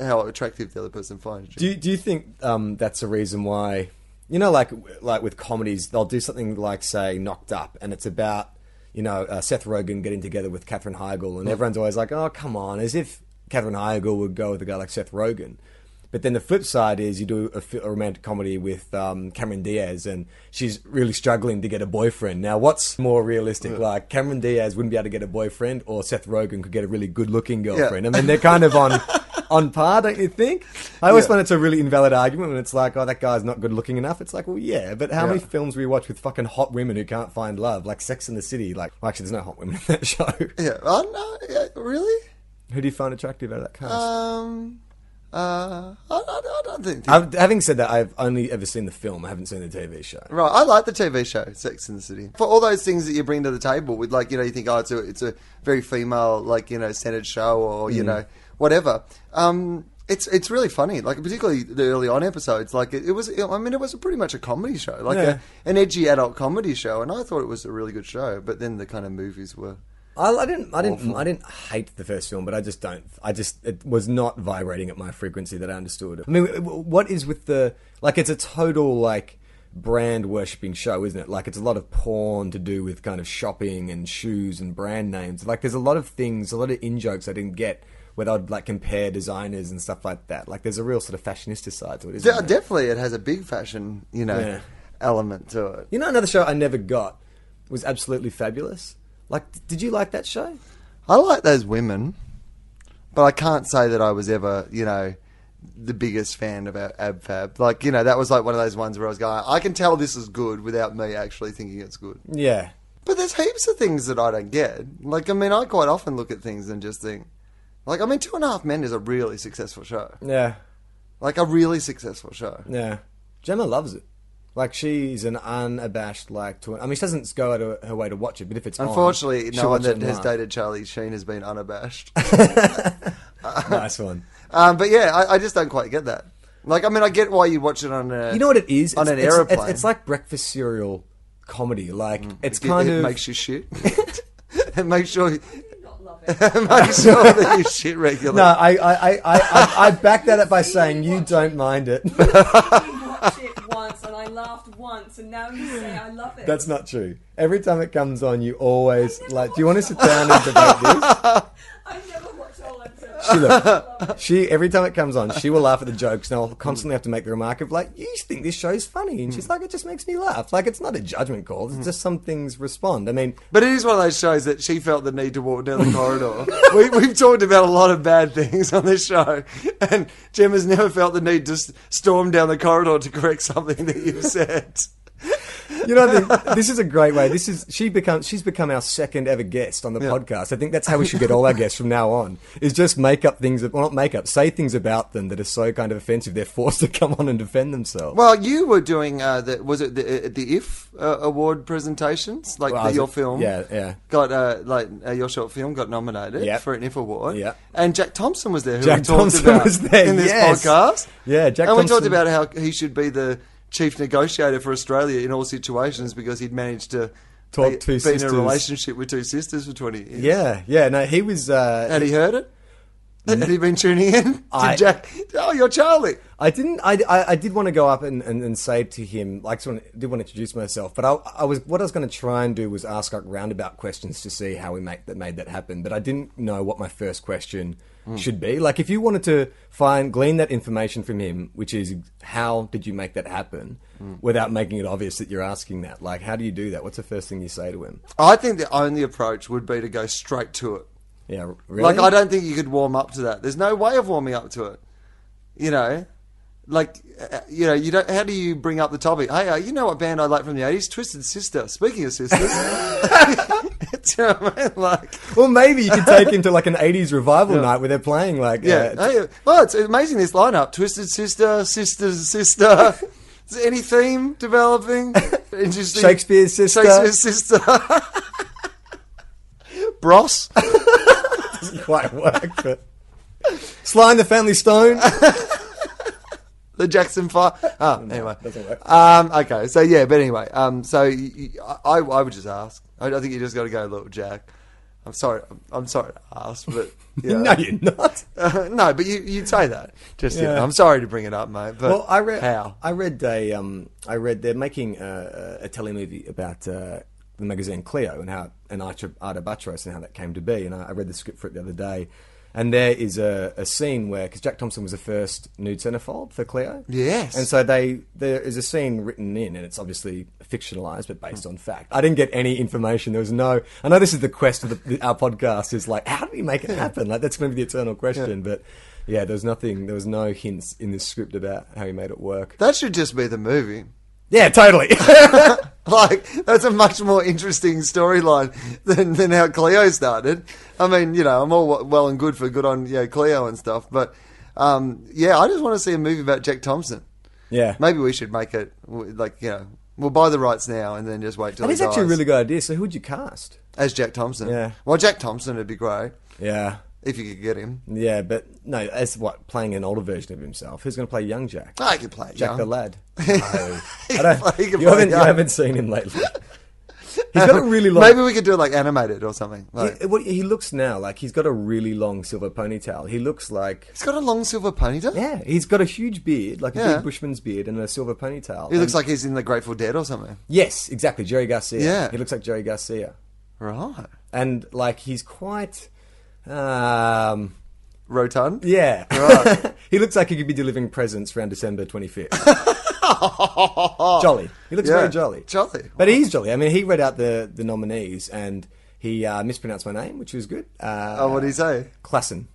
how attractive the other person finds
Do
you.
you, do you think um, that's a reason why, you know, like like with comedies, they'll do something like say Knocked Up, and it's about you know uh, Seth Rogen getting together with Katherine Heigl, and everyone's always like, oh come on, as if Katherine Heigl would go with a guy like Seth Rogen. But then the flip side is you do a, fi- a romantic comedy with um, Cameron Diaz, and she's really struggling to get a boyfriend. Now, what's more realistic? Like Cameron Diaz wouldn't be able to get a boyfriend, or Seth Rogen could get a really good-looking girlfriend. I mean, they're kind of on on par, don't you think? I always
Yeah.
find it's a really invalid argument when it's like, oh, that guy's not good-looking enough. It's like, well, yeah, but how many
Yeah.
films we watch with fucking hot women who can't find love, like Sex in the City? Like, well, actually, there's no hot women in that show.
Yeah. Oh no. Yeah, really?
Who do you find attractive out of that cast?
Um. Uh. I, I, I don't think.
I've, having said that, I've only ever seen the film. I haven't seen the TV show.
Right, I like the TV show Sex in the City for all those things that you bring to the table. With like, you know, you think, oh, it's a it's a very female, like you know, centered show, or
Mm.
you know, whatever. Um, it's it's really funny, like particularly the early on episodes. Like it, it was, I mean, it was pretty much a comedy show, like
Yeah.
a, an edgy adult comedy show, and I thought it was a really good show. But then the kind of movies were,
I, I didn't, I didn't, I didn't hate the first film, but I just don't. I just it was not vibrating at my frequency that I understood. I mean, w- w- what is with the like? It's a total like brand worshipping show, isn't it? Like it's a lot of porn to do with kind of shopping and shoes and brand names. Like there's a lot of things, a lot of in jokes I didn't get where they'd like compare designers and stuff like that. Like there's a real sort of fashionista side to it, isn't
De-
there?
definitely, it has a big fashion, you know,
Yeah.
element to it.
You know, another show I never got was absolutely fabulous. Like, d- did you like that show?
I like those women, but I can't say that I was ever, you know, the biggest fan of Ab- Ab Fab. Like, you know, that was like one of those ones where I was going, I can tell this is good without me actually thinking it's good.
Yeah.
But there's heaps of things that I don't get. Like, I mean, I quite often look at things and just think, like, I mean, Two and a Half Men is a really successful show.
Yeah.
Like, a really successful show.
Yeah. Gemma loves it. Like she's an unabashed like twin. I mean, she doesn't go out of her way to watch it, but if it's
Unfortunately,
on, she'll
no one
watch it
that has
live.
dated Charlie Sheen has been unabashed.
nice one.
um, but yeah, I, I just don't quite get that. Like, I mean, I get why you watch it on a
You know what it is?
on
it's,
an
it's-
aeroplane. Mm.
It's, it's like breakfast cereal comedy. Like it's
It-
kind
it,
of
makes you shit. it makes sure it
Not love it.
makes sure that you shit regularly.
no. I I I I, I, I back that up by saying you don't mind it.
You watched it once and I laughed once and now you say I love it.
That's not true. Every time it comes on, you always
I never
like. Do you want to sit down and debate this?
I never watched all episodes.
She look,
Love it.
she every time it comes on, she will laugh at the jokes, and I'll constantly have to make the remark of like, "You think this show's funny?" And she's like, "It just makes me laugh." Like it's not a judgment call; it's just some things respond. I mean,
But it is one of those shows that she felt the need to walk down the corridor. we, we've talked about a lot of bad things on this show, and Jim has never felt the need to s- storm down the corridor to correct something that you've said.
you know, the, this is a great way. This is she becomes she's become our second ever guest on the
Yeah.
podcast. I think that's how we should get all our guests from now on: is just make up things, well, not make up, say things about them that are so kind of offensive they're forced to come on and defend themselves.
Well, you were doing uh, the was it the, uh, the IF uh, award presentations, like
Well, I
the,
was-
your film,
yeah, yeah.
got uh, like uh, your short film got nominated
Yep.
for an IF award.
Yep.
And Jack Thompson was there, who
Jack
we talked
Thompson
about
was there,
in this
yes.
podcast.
Yeah, Jack
and we
Thompson-
talked about how he should be the chief negotiator for Australia in all situations because he'd managed to
Talk
be,
two
be in
sisters.
a relationship with two sisters for twenty years.
yeah, yeah. No, he was. Uh,
had he heard it? Had he been tuning in? Did
Mm. I-
Jack? Oh, you're Charlie.
I didn't. I, I, I did want to go up and, and, and say to him, like, sort of, did want to introduce myself, but I, I was what I was going to try and do was ask like roundabout questions to see how we make that made that happen. But I didn't know what my first question
Hmm.
should be. Like, if you wanted to find glean that information from him, which is how did you make that happen,
Hmm.
without making it obvious that you're asking that. Like, how do you do that? What's the first thing you say to him?
I think the only approach would be to go straight to it.
Yeah, really.
Like I don't think you could warm up to that. There's no way of warming up to it. You know, like uh, you know, you don't. How do you bring up the topic? Hey, uh, you know what band I like from the '80s? Twisted Sister. Speaking of sisters, Do you know what I mean? Like,
Well, maybe you could take him to like an '80s revival night where they're playing like
yeah.
uh,
Hey, uh, well, it's amazing this lineup: Twisted Sister, Sister, Sister. Is there any theme developing? Interesting.
Shakespeare's sister.
Shakespeare's sister. Bros.
Doesn't quite work, but. Sly and the Family Stone.
the Jackson Five. Ah, anyway,
doesn't work.
Um, okay, so yeah, but anyway, um, so y- y- I, I would just ask. I, I think you just got to go, little Jack. I'm sorry. I'm, I'm sorry to ask, but you know.
No, you're not.
no, but you you'd say that. Just you
Yeah.
know, I'm sorry to bring it up, mate. But
Well, I read.
how.
I read a. Um, I read they're making a, a telemovie about uh, the magazine Clio and how and Archer Arta Butros and how that came to be. And I, I read the script for it the other day, and there is a, a scene where because Jack Thompson was the first nude centerfold for Clio.
Yes.
and so they there is a scene written in, and it's obviously fictionalized but based on fact. I didn't get any information. There was no. I know this is the quest of the, our podcast is like how do we make it happen? Like that's going to be the eternal question, but. Yeah, there was nothing. There was no hints in this script about how he made it work.
that should just be the movie.
Yeah, totally.
Like that's a much more interesting storyline than, than how Cleo started. I mean, you know, I'm all w- well and good for good on you know, Cleo and stuff, but um, yeah, I just want to see a movie about Jack Thompson.
yeah,
Maybe we should make it w- like you know we'll buy the rights now and then just wait till
that
he
is actually a
dies.
really good idea. So, who'd you cast?
as Jack Thompson.
Yeah.
Well, Jack Thompson would be great
Yeah,
if you could get him.
yeah, but no, as what playing an older version of himself. Who's going to play young Jack?
I could play it
Jack
young.
the lad. No.
He
I
can play-
don't,
he
you,
can play
haven't, you
young.
haven't seen him lately. He's got a really long.
Maybe we could do it like animated or something. Like,
he, what, he looks now like he's got a really long silver ponytail. He looks like
He's got a long silver ponytail.
yeah, he's got a huge beard, like a
Yeah.
big bushman's beard, and a silver ponytail.
He looks
And-
like he's in the Grateful Dead or something.
yes, exactly, Jerry Garcia.
Yeah.
he looks like Jerry Garcia,
Right.
and like he's quite. Um,
Rotund.
Yeah.
Right.
he looks like he could be delivering presents around December 25th. jolly. He looks
Yeah.
very jolly.
Jolly.
But he's jolly. I mean, he read out the, the nominees and he uh, mispronounced my name, which was good. Uh,
Oh, what do you say?
Klassen.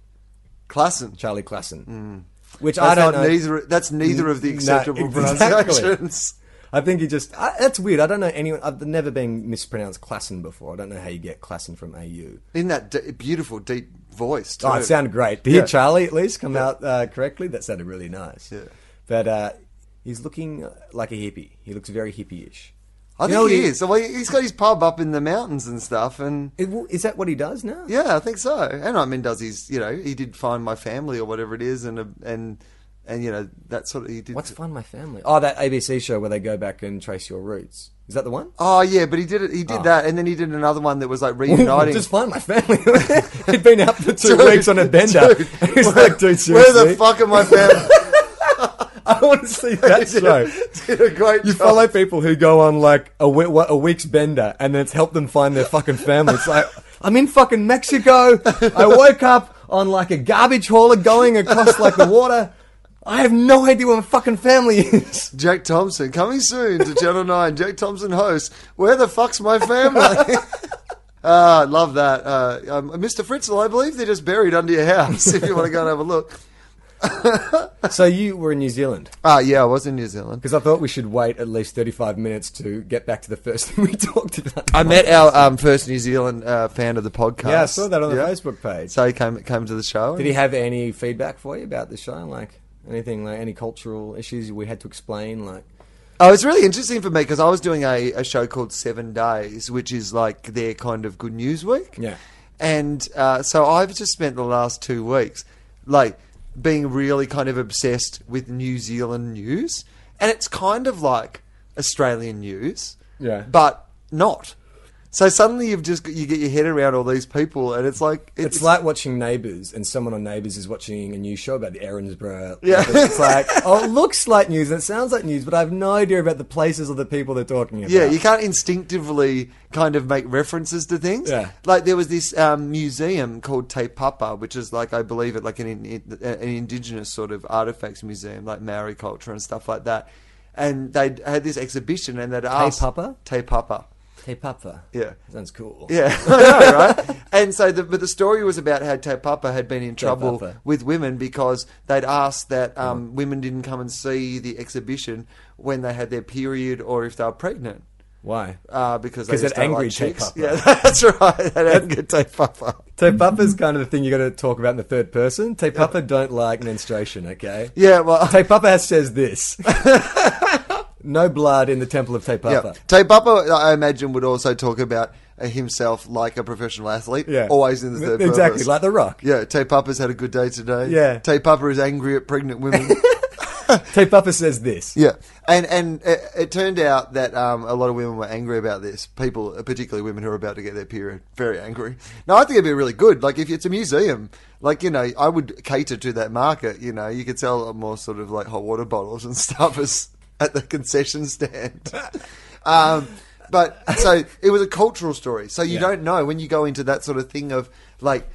Klassen.
Charlie Klassen. Which I
Mm.
don't
That's not
know.
neither. That's neither of the
No,
acceptable
exactly.
pronunciations.
I think he just. I, that's weird. I don't know anyone. I've never been mispronounced Klassen before. I don't know how you get Klassen from AU.
In that d- beautiful deep voice. Too.
Oh, it sounded great. To hear
Yeah.
Charlie at least come out uh, correctly, that sounded really nice.
Yeah.
But uh, he's looking like a hippie. He looks very hippie-ish.
I
You
think
know what
he is. Well, he- he's got his pub up in the mountains and stuff, and
It, well, is that what he does now?
yeah, I think so. And I mean, does his you know he did find my family or whatever it is, and a, and and you know that sort of he did.
What's Find My Family? Oh, that ABC show where they go back and trace your roots. Is that the one?
Oh yeah, but he did it. He did that, and then he did another one that was like reuniting.
Ah. Just Find My Family. He'd been out for two
Dude,
weeks on a bender.
dude,
he's like, dude,
Where
seriously?
the fuck are my family?
I want to see that show.
did a great
You
job.
follow people who go on like a, we- what- a week's bender and then it's helped them find their fucking family. It's like, I'm in fucking Mexico. I woke up on like a garbage hauler going across like the water. I have no idea where my fucking family is.
Jack Thompson coming soon to Channel Nine. Jack Thompson hosts. Where the fuck's my family? Ah, I love that, uh, um, Mr. Fritzel. I believe they're just buried under your house. If you want to go and have a look.
So you were in New Zealand
Ah, yeah, I was in New Zealand.
because I thought we should wait at least 35 minutes to get back to the first thing we talked about.
I met our um, first New Zealand uh, fan of the podcast.
yeah, I saw that on the
Yeah.
Facebook page.
So he came came to the show.
Did he have any feedback for you about the show? Like anything, like any cultural issues we had to explain? Like,
Oh, it's really interesting for me because I was doing a, a show called Seven Days, which is like their kind of Good News Week.
Yeah.
And uh, so I've just spent the last two weeks like being really kind of obsessed with New Zealand news, and it's kind of like Australian news,
Yeah.
but not. So suddenly you've just got- you get your head around all these people, and it's like
It's, like watching Neighbours, and someone on Neighbours is watching a new show about the Erinsborough.
Yeah.
it's like, oh, it looks like news and it sounds like news, but I have no idea about the places or the people they're talking about.
Yeah, you can't instinctively kind of make references to things.
Yeah.
Like there was this um, museum called Te Papa, which is like I believe it like an in- an indigenous sort of artifacts museum, like Maori culture and stuff like that. And they had this exhibition, and they'd asked
Papa?
Te Papa.
Hey, Papa.
Yeah.
sounds cool.
Yeah, I know, right? And so, the, but the story was about how Te Papa had been in trouble
Papa.
with women because they'd asked that um, women didn't come and see the exhibition when they had their period or if they were pregnant
Why?
uh, because they
'Cause
just
that
don't
angry
like
Tay
chicks.
Papa.
Yeah, that's right. That angry Tay Papa.
Te Papa's kind of the thing you got to talk about in the third person. Te Papa don't like menstruation. Okay.
Yeah, well,
Te Papa says this. No blood in the Temple of Tepapa.
Yeah. Tay Papa, I imagine, would also talk about uh, himself like a professional athlete.
Yeah.
Always in the third
Exactly,
purpose.
like The Rock.
Yeah, Tay Papa's had a good day today.
Yeah.
Tay Papa is angry at pregnant women.
Tepapa says this.
yeah. And and it, it turned out that um, a lot of women were angry about this. People, particularly women who are about to get their period, very angry. Now, I think it'd be really good. Like, if it's a museum, like, you know, I would cater to that market. You know, you could sell a lot more sort of like hot water bottles and stuff as, at the concession stand. um, but so it was a cultural story. So you
Yeah.
don't know when you go into that sort of thing of like,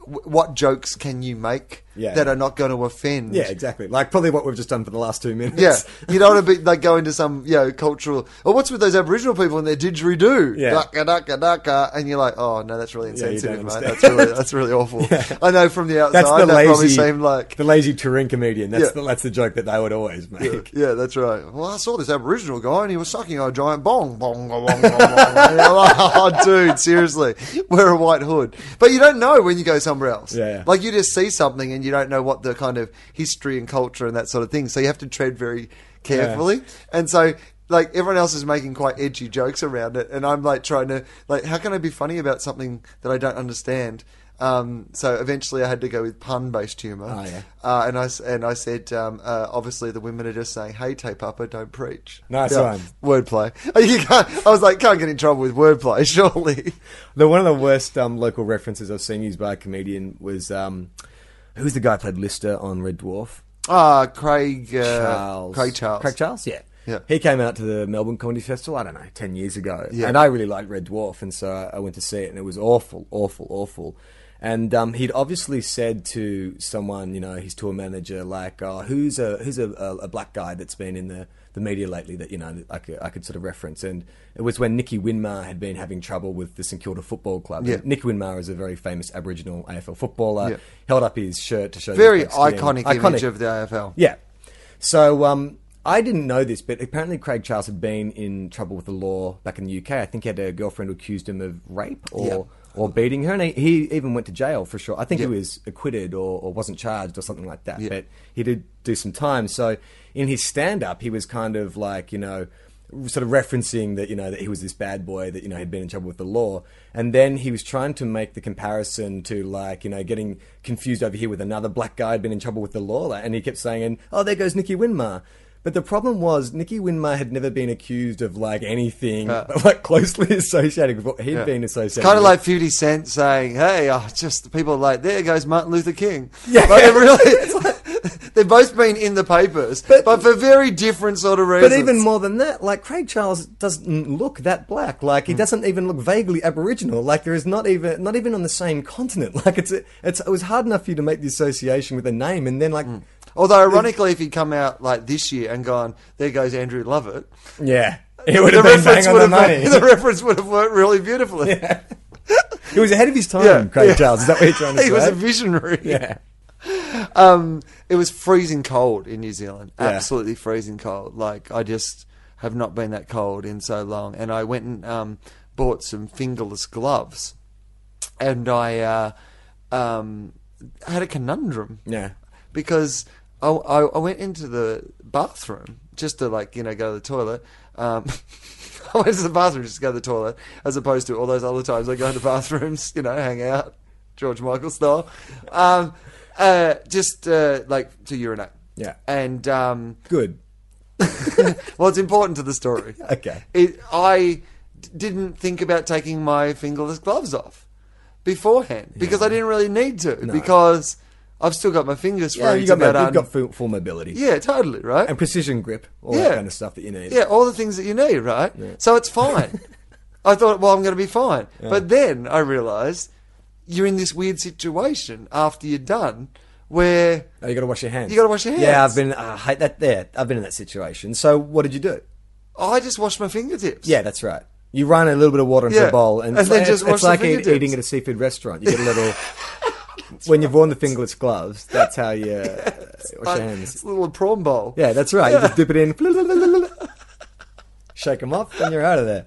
w- what jokes can you make
Yeah.
that are not going to offend?
Yeah, exactly. Like probably what we've just done for the last two minutes.
Yeah, you don't want to be like go into some you know cultural. Or what's with those Aboriginal people and their didgeridoo?
Yeah.
Daka, daka, daka, and you're like, oh no, that's really
Yeah, you don't
insensitive, mate.
understand.
That's really that's really awful. I know from the outside
That's the
that probably
lazy,
seemed like.
the lazy Turin comedian. That's
Yeah.
the that's the joke that they would always make.
Yeah, that's right. Well, I saw this Aboriginal guy and he was sucking on a giant bong, bong, bong, bong, bong, bong. And you're like, oh, dude, seriously, wear a white hood. But you don't know when you go somewhere else.
Yeah, yeah.
Like you just see something and you don't know what the kind of history and culture and that sort of thing. So you have to tread very carefully. And so. Like everyone else is making quite edgy jokes around it, and I'm like trying to like, how can I be funny about something that I don't understand? Um, so eventually, I had to go with pun-based humor.
Oh, yeah.
Uh, and I s- and I said, um, uh, obviously the women are just saying, "Hey, tape upper, don't preach."
Nice one.
Wordplay. You can't, I was like, can't get in trouble with wordplay, surely.
The one of the worst um, local references I've seen used by a comedian was um, who's the guy who played Lister on Red Dwarf?
Ah, Craig uh, Craig Charles.
Craig Charles, yeah.
Yeah.
He came out to the Melbourne Comedy Festival, I don't know, 10 years ago.
Yeah.
And I really liked Red Dwarf, and so I- I went to see it, and it was awful, awful, awful. And um, he'd obviously said to someone, you know, his tour manager, like, oh, who's a who's a, a, a black guy that's been in the, the media lately that, you know, that I could, I could sort of reference. And it was when Nicky Winmar had been having trouble with the St Kilda Football Club.
Yeah.
And Nicky Winmar is a very famous Aboriginal AFL footballer.
Yeah.
Held up his shirt to show
Very
his black skin.
iconic, image of the AFL.
Yeah. So um, I didn't know this, but apparently Craig Charles had been in trouble with the law back in the UK. I think he had a girlfriend who accused him of rape or
Yeah.
or beating her, and he, he even went to jail for sure. I think
Yeah.
he was acquitted or, or wasn't charged or something like that.
Yeah.
But he did do some time. So in his stand up, he was kind of like you know. Sort of referencing that you know that he was this bad boy that you know had been in trouble with the law, and then he was trying to make the comparison to like you know getting confused over here with another black guy had been in trouble with the law, like, and he kept saying, "And oh, there goes Nicky Winmar." But the problem was Nicky Winmar had never been accused of like anything like closely associated with what he had
Yeah.
been associated.
Kind of
with.
like Fifty Cent saying, "Hey, oh, just people are like there goes Martin Luther King." Yeah, but it really, they've both been in the papers, but,
But-
for very different sort of reasons.
But even more than that, like Craig Charles doesn't look that black. Like
Hmm.
he doesn't even look vaguely Aboriginal. Like there is not even not even on the same continent. Like it's it's it was hard enough for you to make the association with a name, and then like
Hmm. Although ironically, if he'd come out like this year and gone, "There goes Andrew Lovett,"
yeah, it would
the
have been bang
reference
on
would
the
have
money.
the reference would have worked really beautifully.
he was ahead of his time,
Yeah,
Craig
yeah.
Charles. Is that what you're trying to
he
say?
was a visionary.
yeah.
Um, it was freezing cold in New Zealand.
Yeah.
Absolutely freezing cold. Like I just have not been that cold in so long. And I went and um, bought some fingerless gloves, and I uh, um, had a conundrum.
Yeah.
because I, I, I went into the bathroom just to like you know go to the toilet. Um, I went to the bathroom just to go to the toilet, as opposed to all those other times I go into bathrooms, you know, hang out, George Michael style, um, uh, just uh, like to urinate.
Yeah.
and um,
Good.
well, it's important to the story.
Okay.
It, I d- didn't think about taking my fingerless gloves off beforehand because I didn't really need to because I've still got my fingers um, free.
Yeah, you
to
got, mo-
get
you've
un-
got full, full mobility
yeah, totally, right?
and precision grip, all
Yeah.
that kind of stuff that you need.
yeah, all the things that you need, right? So it's fine. I thought, well, I'm going to be fine. But then I realized you're in this weird situation after you're done where
Oh, you got to wash your hands.
You gotta wash your
Yeah,
hands.
I've been. I hate that. There, I've been in that situation. So, what did you do?
I just washed my fingertips.
Yeah, that's right. You run a little bit of water into
Yeah.
a bowl, and,
And
it's
then
like,
just
it's,
wash
it's
the
like e-
fingertips.
eating at a seafood restaurant. You get a little. when you've worn the fingerless gloves, that's how you uh, wash
Like,
your
It's
hands.
a little prawn bowl.
Yeah, that's right. You just dip it in, shake them off, and you're out of there.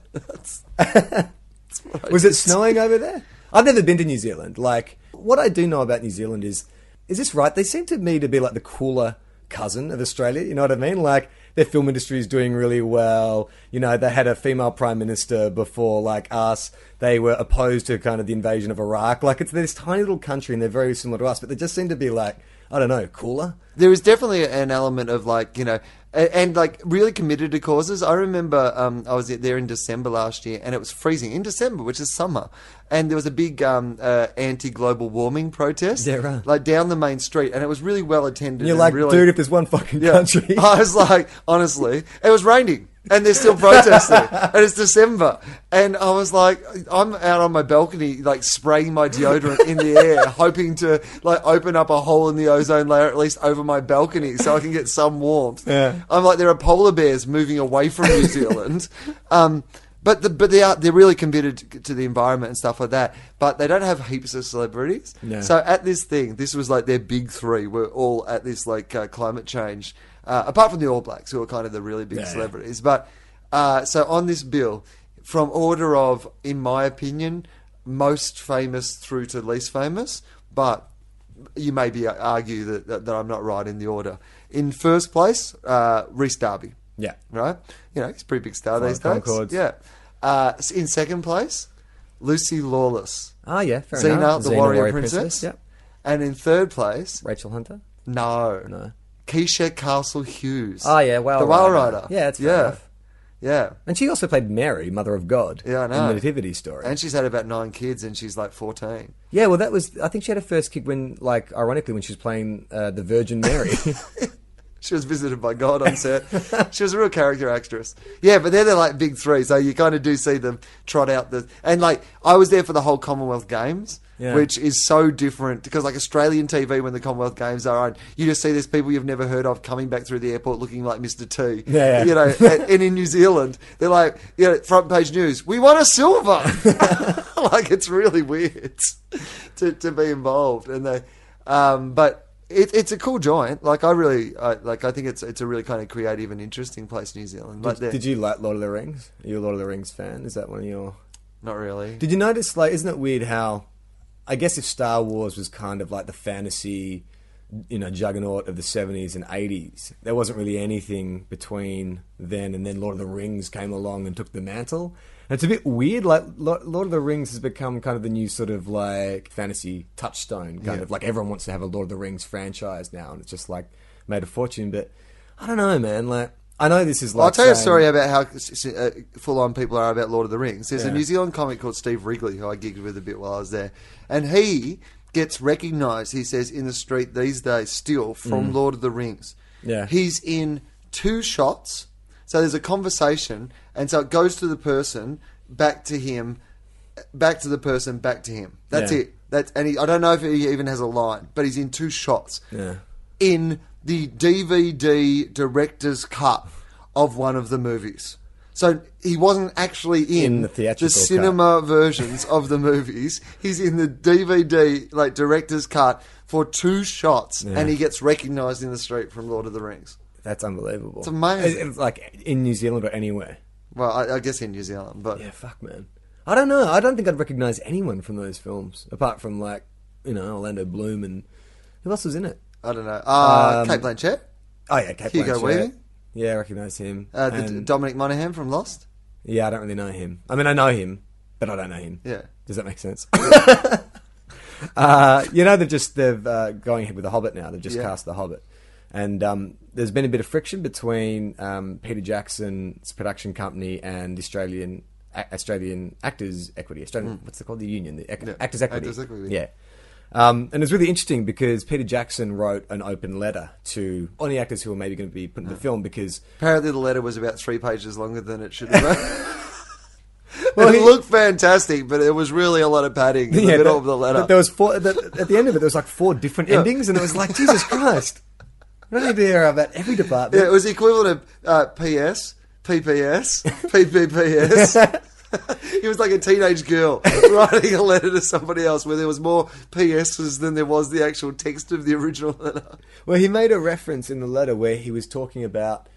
Was it snowing over there? I've never been to New Zealand. Like, what I do know about New Zealand is, is this right? They seem to me to be like the cooler cousin of Australia. You know what I mean? Like, their film industry is doing really well. You know, they had a female prime minister before, like us. They were opposed to kind of the invasion of Iraq. Like it's this tiny little country, and they're very similar to us, but they just seem to be like I don't know, cooler.
there is definitely an element of like you know a- and like really committed to causes i remember um, i was there in december last year and it was freezing in december which is summer and there was a big um, uh, anti-global warming protest
Yeah, right.
like down the main street and it was really well
uh?
attended
And you're
and
like,
really,
dude, if there's one fucking
yeah.
country,
I was like, honestly, it was raining and they're still protesting and it's December. And I was like, I'm out on my balcony, like spraying my deodorant in the air, hoping to like open up a hole in the ozone layer at least over my balcony so I can get some warmth.
Yeah.
I'm like, there are polar bears moving away from New Zealand. um, but the, but they are they're really committed to, to the environment and stuff like that. But they don't have heaps of celebrities.
Yeah.
So at this thing, this was like their big three. We're all at this like uh, climate change, uh, apart from the All Blacks, who are kind of the really big
Yeah, yeah.
celebrities. But uh, so on this bill, from order of, in my opinion, most famous through to least famous, but you maybe argue that, that, that I'm not right in the order. In first place, uh, Reese Darby.
Yeah.
Right? You know, he's a pretty big star
Flying
these days.
Concords.
Yeah. Uh, in second place, Lucy Lawless.
ah, yeah, fair
Xena,
enough.
the
Xena,
warrior, princess.
Yep.
And in third place,
Rachel Hunter.
no.
No.
Keisha Castle Hughes.
Oh yeah, Whale
The Whale
Rider.
Rider.
Yeah, it's fair
yeah.
enough.
Yeah.
And she also played Mary, Mother of God.
Yeah, I
In
know.
the Nativity story.
And she's had about nine kids and she's like 14.
yeah, well, that was. I think she had her first kid when, like, ironically, when she was playing uh, the Virgin Mary.
She was visited by God on set. she was a real character actress. Yeah, but they're the like big three, so you kind of do see them trot out the and like I was there for the whole Commonwealth Games,
Yeah.
which is so different because like Australian TV when the Commonwealth Games are on, you just see these people you've never heard of coming back through the airport looking like Mr. T.
Yeah, yeah.
you know. and, and in New Zealand, they're like, you know, front page news. We won a silver. like it's really weird to to be involved, and they, um, but it, it's a cool joint. Like I really, I, like I think it's it's a really kind of creative and interesting place, New Zealand. Like
Did you like Lord of the Rings? Are you a Lord of the Rings fan? Is that one of your?
Not really.
Did you notice, like, isn't it weird how, I guess if Star Wars was kind of like the fantasy, you know, juggernaut of the 70s and 80s, there wasn't really anything between then and then Lord of the Rings came along and took the mantle. And it's a bit weird, like, Lo- Lord of the Rings has become kind of the new sort of like fantasy touchstone, kind of like everyone wants to have a Lord of the Rings franchise now, and it's just like made a fortune, but I don't know, man, like, I know this is like.
I'll tell you a
saying-
story about how uh, full on people are about Lord of the Rings. There's
Yeah.
a New Zealand comic called Steve Wrigley, who I gigged with a bit while I was there. And he gets recognised, he says, in the street these days still from Lord of the Rings.
Mm. Yeah.
He's in two shots. So there's a conversation. And so it goes to the person, back to him, back to the person, back to him. That's
Yeah.
it. That's, and he, I don't know if he even has a line, but he's in two shots
Yeah.
in the DVD director's cut of one of the movies. So he wasn't actually in,
In the theatrical cut.
cinema versions of the movies. He's in the DVD like director's cut for two shots, and he gets recognized in the street from Lord of the Rings.
That's unbelievable. It's
amazing.
It's like in New Zealand or anywhere.
Well, I, I guess in New Zealand, but
Yeah, fuck, man. I don't know. I don't think I'd recognize anyone from those films apart from like you know Orlando Bloom and who else was in it?
I don't know. Uh,
Um,
Kate Blanchett,
Oh yeah, Kate
Hugo
Blanchett.
Weaving?
Yeah, I recognize him.
uh, the,
And-
Dominic Monaghan from Lost.
yeah, I don't really know him. I mean, I know him, but I don't know him.
Yeah.
Does that make sense? uh, you know, they've just they've uh, going ahead with the Hobbit now. They've just
Yeah.
cast the Hobbit, and um, there's been a bit of friction between um, Peter Jackson's production company and the Australian a- Australian Actors Equity. Australian, what's it called? The union, the Ac-
Hmm. Yeah.
Actors Equity.
Actors Equity.
Yeah. Um, and it's really interesting because Peter Jackson wrote an open letter to only actors who were maybe going to be put
Hmm.
in the film because
Apparently, the letter was about three pages longer than it should have been.
Well,
well, it
he-
looked fantastic, but it was really a lot of padding in the middle
but-
of the letter.
But there was four. The, at the end of it, there was like four different endings, and it was like Jesus Christ. I don't need to hear about every department.
yeah, it was the equivalent of uh, PS, PPS, PPPS. He was like a teenage girl writing a letter to somebody else where there was more PSs than there was the actual text of the original letter.
Well, he made a reference in the letter where he was talking about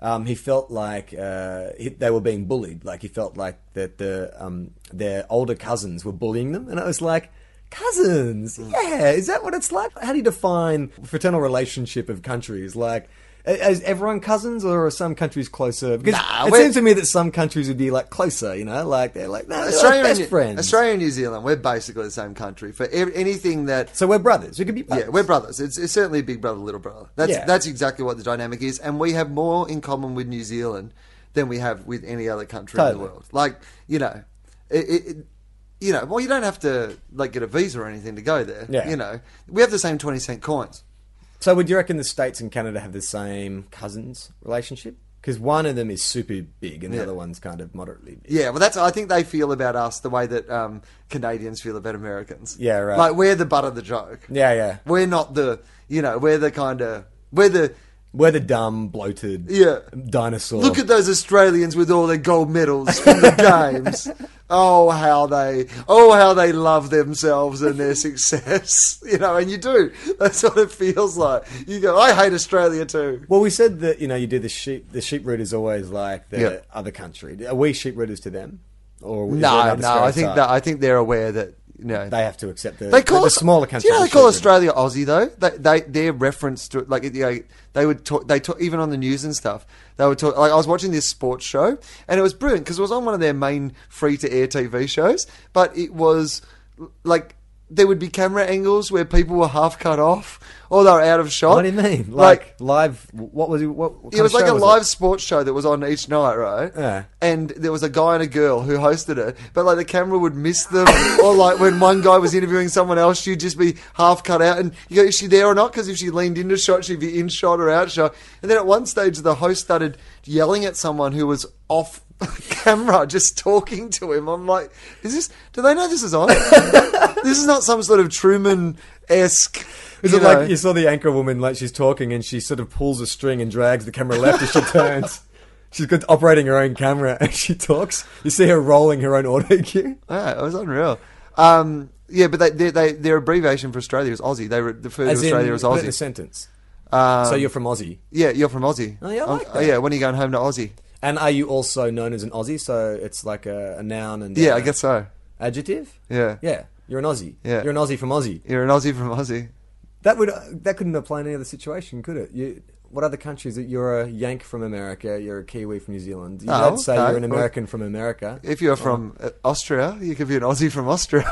um, he felt like uh, he, they were being bullied. Like he felt like that the um, their older cousins were bullying them, and I was like. Cousins, yeah, is that what it's like? How do you define fraternal relationship of countries? Like, Is everyone cousins, or are some countries closer? Because
Nah,
it
we're-
seems to me that some countries would be like closer. You know, like they're like no, they're like
Australia, and
best
New-
friends.
Australia and New Zealand, we're basically the same country. For ev- anything that,
So we're brothers. We could be brothers.
yeah, we're brothers. It's, it's certainly big brother, little brother. That's
Yeah.
that's exactly what the dynamic is, and we have more in common with New Zealand than we have with any other country in
Totally.
the world. Like you know, it, it, it- you know, well, you don't have to like get a visa or anything to go there.
Yeah.
you know, we have the same twenty cent coins.
So would you reckon the states and Canada have the same cousins relationship? Because one of them is super big, and the
Yeah.
other one's kind of moderately big.
Yeah, well, that's I think they feel about us the way that um, Canadians feel about Americans.
Yeah, right.
Like we're the butt of the joke.
Yeah, yeah.
We're not the you know we're the kind of we're the
We're the dumb, bloated,
Yeah.
dinosaur.
look at those Australians with all their gold medals from the games. Oh how they oh how they love themselves and their success. You know, and you do. That's what it feels like. You go, I hate Australia too.
Well, we said that you know you do the sheep. The sheep route is always like the
Yeah.
other country. Are we sheep rooters to them, or is there
No,
another
no, I think
stereotype?
that I think they're aware that you know
they have to accept the,
They call
the
us-
smaller country.
Do you know they call Australia Aussie though? They, they their reference to it, like you know, they would talk. They talk even on the news and stuff. They would talk. Like I was watching this sports show, and it was brilliant because it was on one of their main free to air TV shows. But it was like there would be camera angles where people were half cut off or they were out of shot.
What do you mean? Like, live? What was it? What, what
It was
kind
like a
of show
live sports show that was on each night, right?
Yeah.
And there was a guy and a girl who hosted it, but like the camera would miss them, or like when one guy was interviewing someone else, she'd just be half cut out, and you go, is she there or not? Because if she leaned into shot, she'd be in shot or out shot. And then at one stage, the host started yelling at someone who was off camera, just talking to him. I'm like, is this? Do they know this is on? this is not some sort of Truman esque.
Is it like you saw the anchor woman like she's talking and she sort of pulls a string and drags the camera left as she turns? She's got operating her own camera and she talks. You see her rolling her own audio cue.
Yeah, it was unreal. Um, yeah, but they, they, they, their abbreviation for Australia is Aussie. They re- refer to
As in,
Australia as
put it in a
Aussie.
sentence.
Um,
so you're from Aussie,
yeah, you're from Aussie.
Oh, yeah, I
Um,
like
oh,
that.
yeah, when are you going home to Aussie?
and are you also known as an Aussie? So it's like a, a noun and
Yeah,
a
I guess so.
adjective.
Yeah.
Yeah, you're an Aussie.
Yeah.
you're an Aussie from Aussie.
You're an Aussie from Aussie.
That would that couldn't apply in any other situation, could it? You, what other countries? that You're a Yank from America. You're a Kiwi from New Zealand. You
No,
don't say
no,
you're an
well-
American from America.
If you're from uh, Austria, you could be an Aussie from Austria.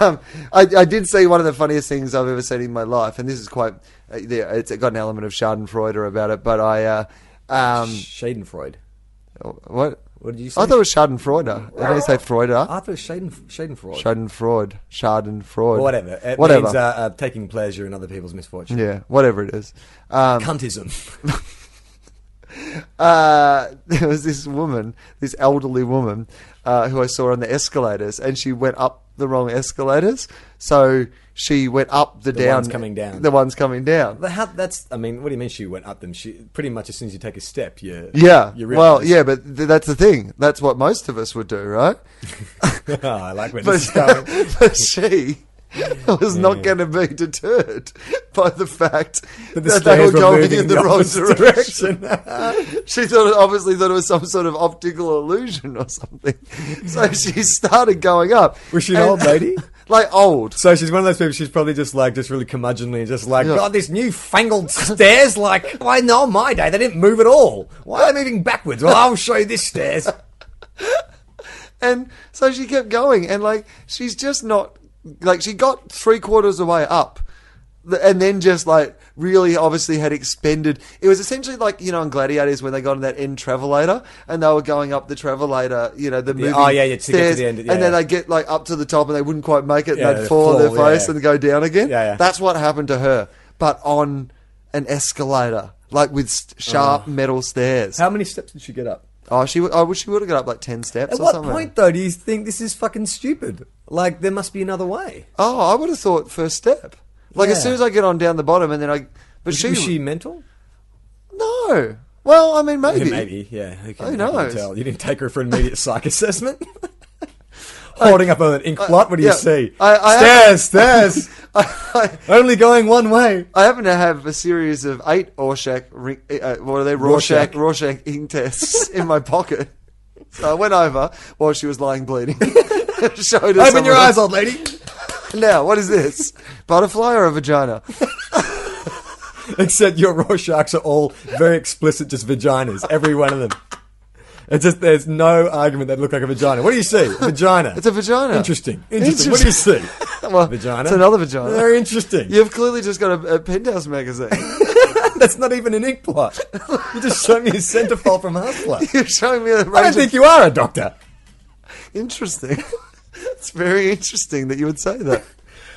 um, I, I did see one of the funniest things I've ever seen in my life, and this is quite. Uh, yeah, it's got an element of Schadenfreude about it, but I. Uh, um,
Schadenfreude.
what?
What did you say?
I thought it was Schadenfreude. Did I say Freude?
I thought it was Schaden, Schadenfreude.
Schadenfreude. Schadenfreude.
Or whatever. It
whatever.
means uh, uh, taking pleasure in other people's misfortune.
yeah, whatever it is. Um,
Cuntism.
uh, there was this woman, this elderly woman, uh, who I saw on the escalators, and she went up the wrong escalators. So she went up the,
The
down.
ones coming down.
The one's coming down.
But how, that's, I mean, what do you mean she went up them? She Pretty much as soon as you take a step, you
Yeah.
You
well,
realise.
yeah, but th- that's the thing. That's what most of us would do, right?
Oh, I like where this is
but,
going.
but she was not going to be deterred by the fact
But
that,
the
they were
stairs were
going
moving
in the, wrong
opposite
direction. she thought, obviously, thought it was some sort of optical illusion or something. So she started going up.
Was she an
And-
old lady?
like old.
So she's one of those people. She's probably just like, just really curmudgeonly, just like,
Yeah.
God, this new fangled stairs. Like, why? No, on my day they didn't move at all. Why are they moving backwards? Well, I'll show you this stairs.
And so she kept going, and like she's just not like she got three quarters of the way up, th- and then just like really obviously had expended. It was essentially like you know in Gladiators when they got on that end travelator and they were going up the travelator, you know the moving
oh, yeah, yeah, to get to
stairs,
the end, yeah,
and then
yeah.
they get like up to the top and they wouldn't quite make it.
Yeah,
and
they'd
they'd fall on their
fall, yeah,
face
yeah.
and go down again.
Yeah, yeah.
That's what happened to her, but on an escalator. Like with st- sharp metal stairs.
Uh-huh. How many steps did she get up?
Oh, she! w- I wish she would have got up like ten steps.
At
or
what
something.
point though do you think this is fucking stupid? Like, there must be another way.
Oh, I would have thought first step. Like
Yeah.
as soon as I get on down the bottom, and then I. But she,
Was she mental?
no. Well, I mean, maybe.
Yeah, maybe, yeah. Who, can,
Who
who can
knows?
tell? You didn't take her for an immediate psych assessment? Holding up an ink blot, what do you
yeah,
see?
I- I-
stairs, stairs.
I,
Only going one way.
I happen to have a series of eight Rorschach, ring- uh, what are they? Rorschach,
Rorschach.
Rorschach ink tests in my pocket. So I went over while she was lying bleeding. Showed her
Open your
someone
eyes,
else.
old lady.
Now, what is this? Butterfly or a vagina?
Except your raw sharks are all very explicit, just vaginas, every one of them. It's just there's no argument that look like a vagina. What do you see? A vagina.
It's a vagina.
Interesting. Interesting. What do you see?
Well,
Vagina.
It's another vagina.
Very interesting.
You've clearly just got a, a penthouse magazine.
That's not even an ink blot. You just showed me a centerfold from Hustler.
You're showing me a range
I don't
of-
think you are a doctor.
interesting. it's very interesting that you would say that.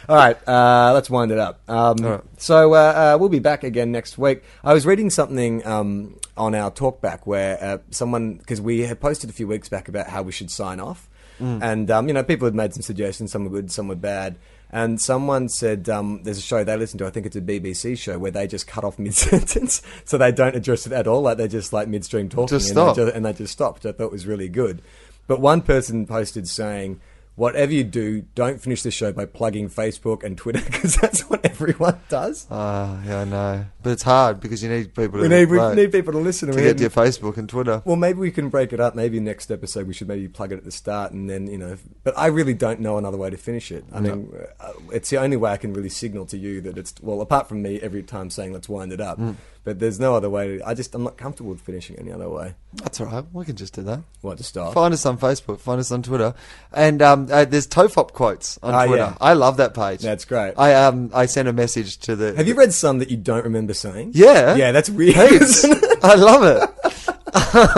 All right, uh, let's wind it up. Um, So uh, uh, we'll be back again next week. I was reading something um, on our talkback where uh, someone because we had posted a few weeks back about how we should sign off, and um, you know people had made some suggestions. Some were good, some were bad. And someone said um, there's a show they listen to. I think it's a BBC show where they just cut off mid sentence, so they don't address it at all. Like they're just like midstream talking,
Just
and they
stop.
ju- and they just stopped. which I thought was really good. But one person posted saying, "Whatever you do, don't finish the show by plugging Facebook and Twitter because that's what everyone does.
Ah, yeah, I know. But it's hard because you need people
we
to,
need we
vote,
need people to listen. and
to
we
get to your
need-
Facebook and Twitter.
well, maybe we can break it up. Maybe next episode we should maybe plug it at the start and then you know. But I really don't know another way to finish it. I mean, uh, it's the only way I can really signal to you that it's well, apart from me every time saying let's wind it up.
Mm.
But there's no other way. I just I'm not comfortable with finishing any other way.
That's all right. We can just do that.
What to start?
Find us on Facebook. Find us on Twitter. And um, uh, there's Tofop quotes on
Ah,
Twitter.
yeah.
I love that page.
That's great.
I um I sent a message to the.
Have you read some that you don't remember saying?
Yeah.
Yeah, that's weird.
Heaps. I love it.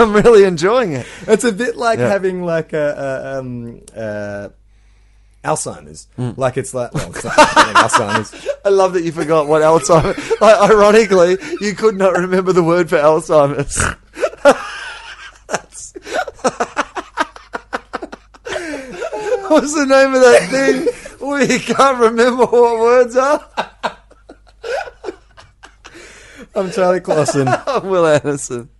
I'm really enjoying it.
it's a bit like
Yeah.
having like a, a um, uh, Alzheimer's.
Mm.
Like it's like well, it's not Alzheimer's.
I love that you forgot what Alzheimer's. like, ironically, you could not remember the word for Alzheimer's. That's- What's the name of that thing? We can't remember what words are.
I'm Charlie Clausen.
Will Anderson.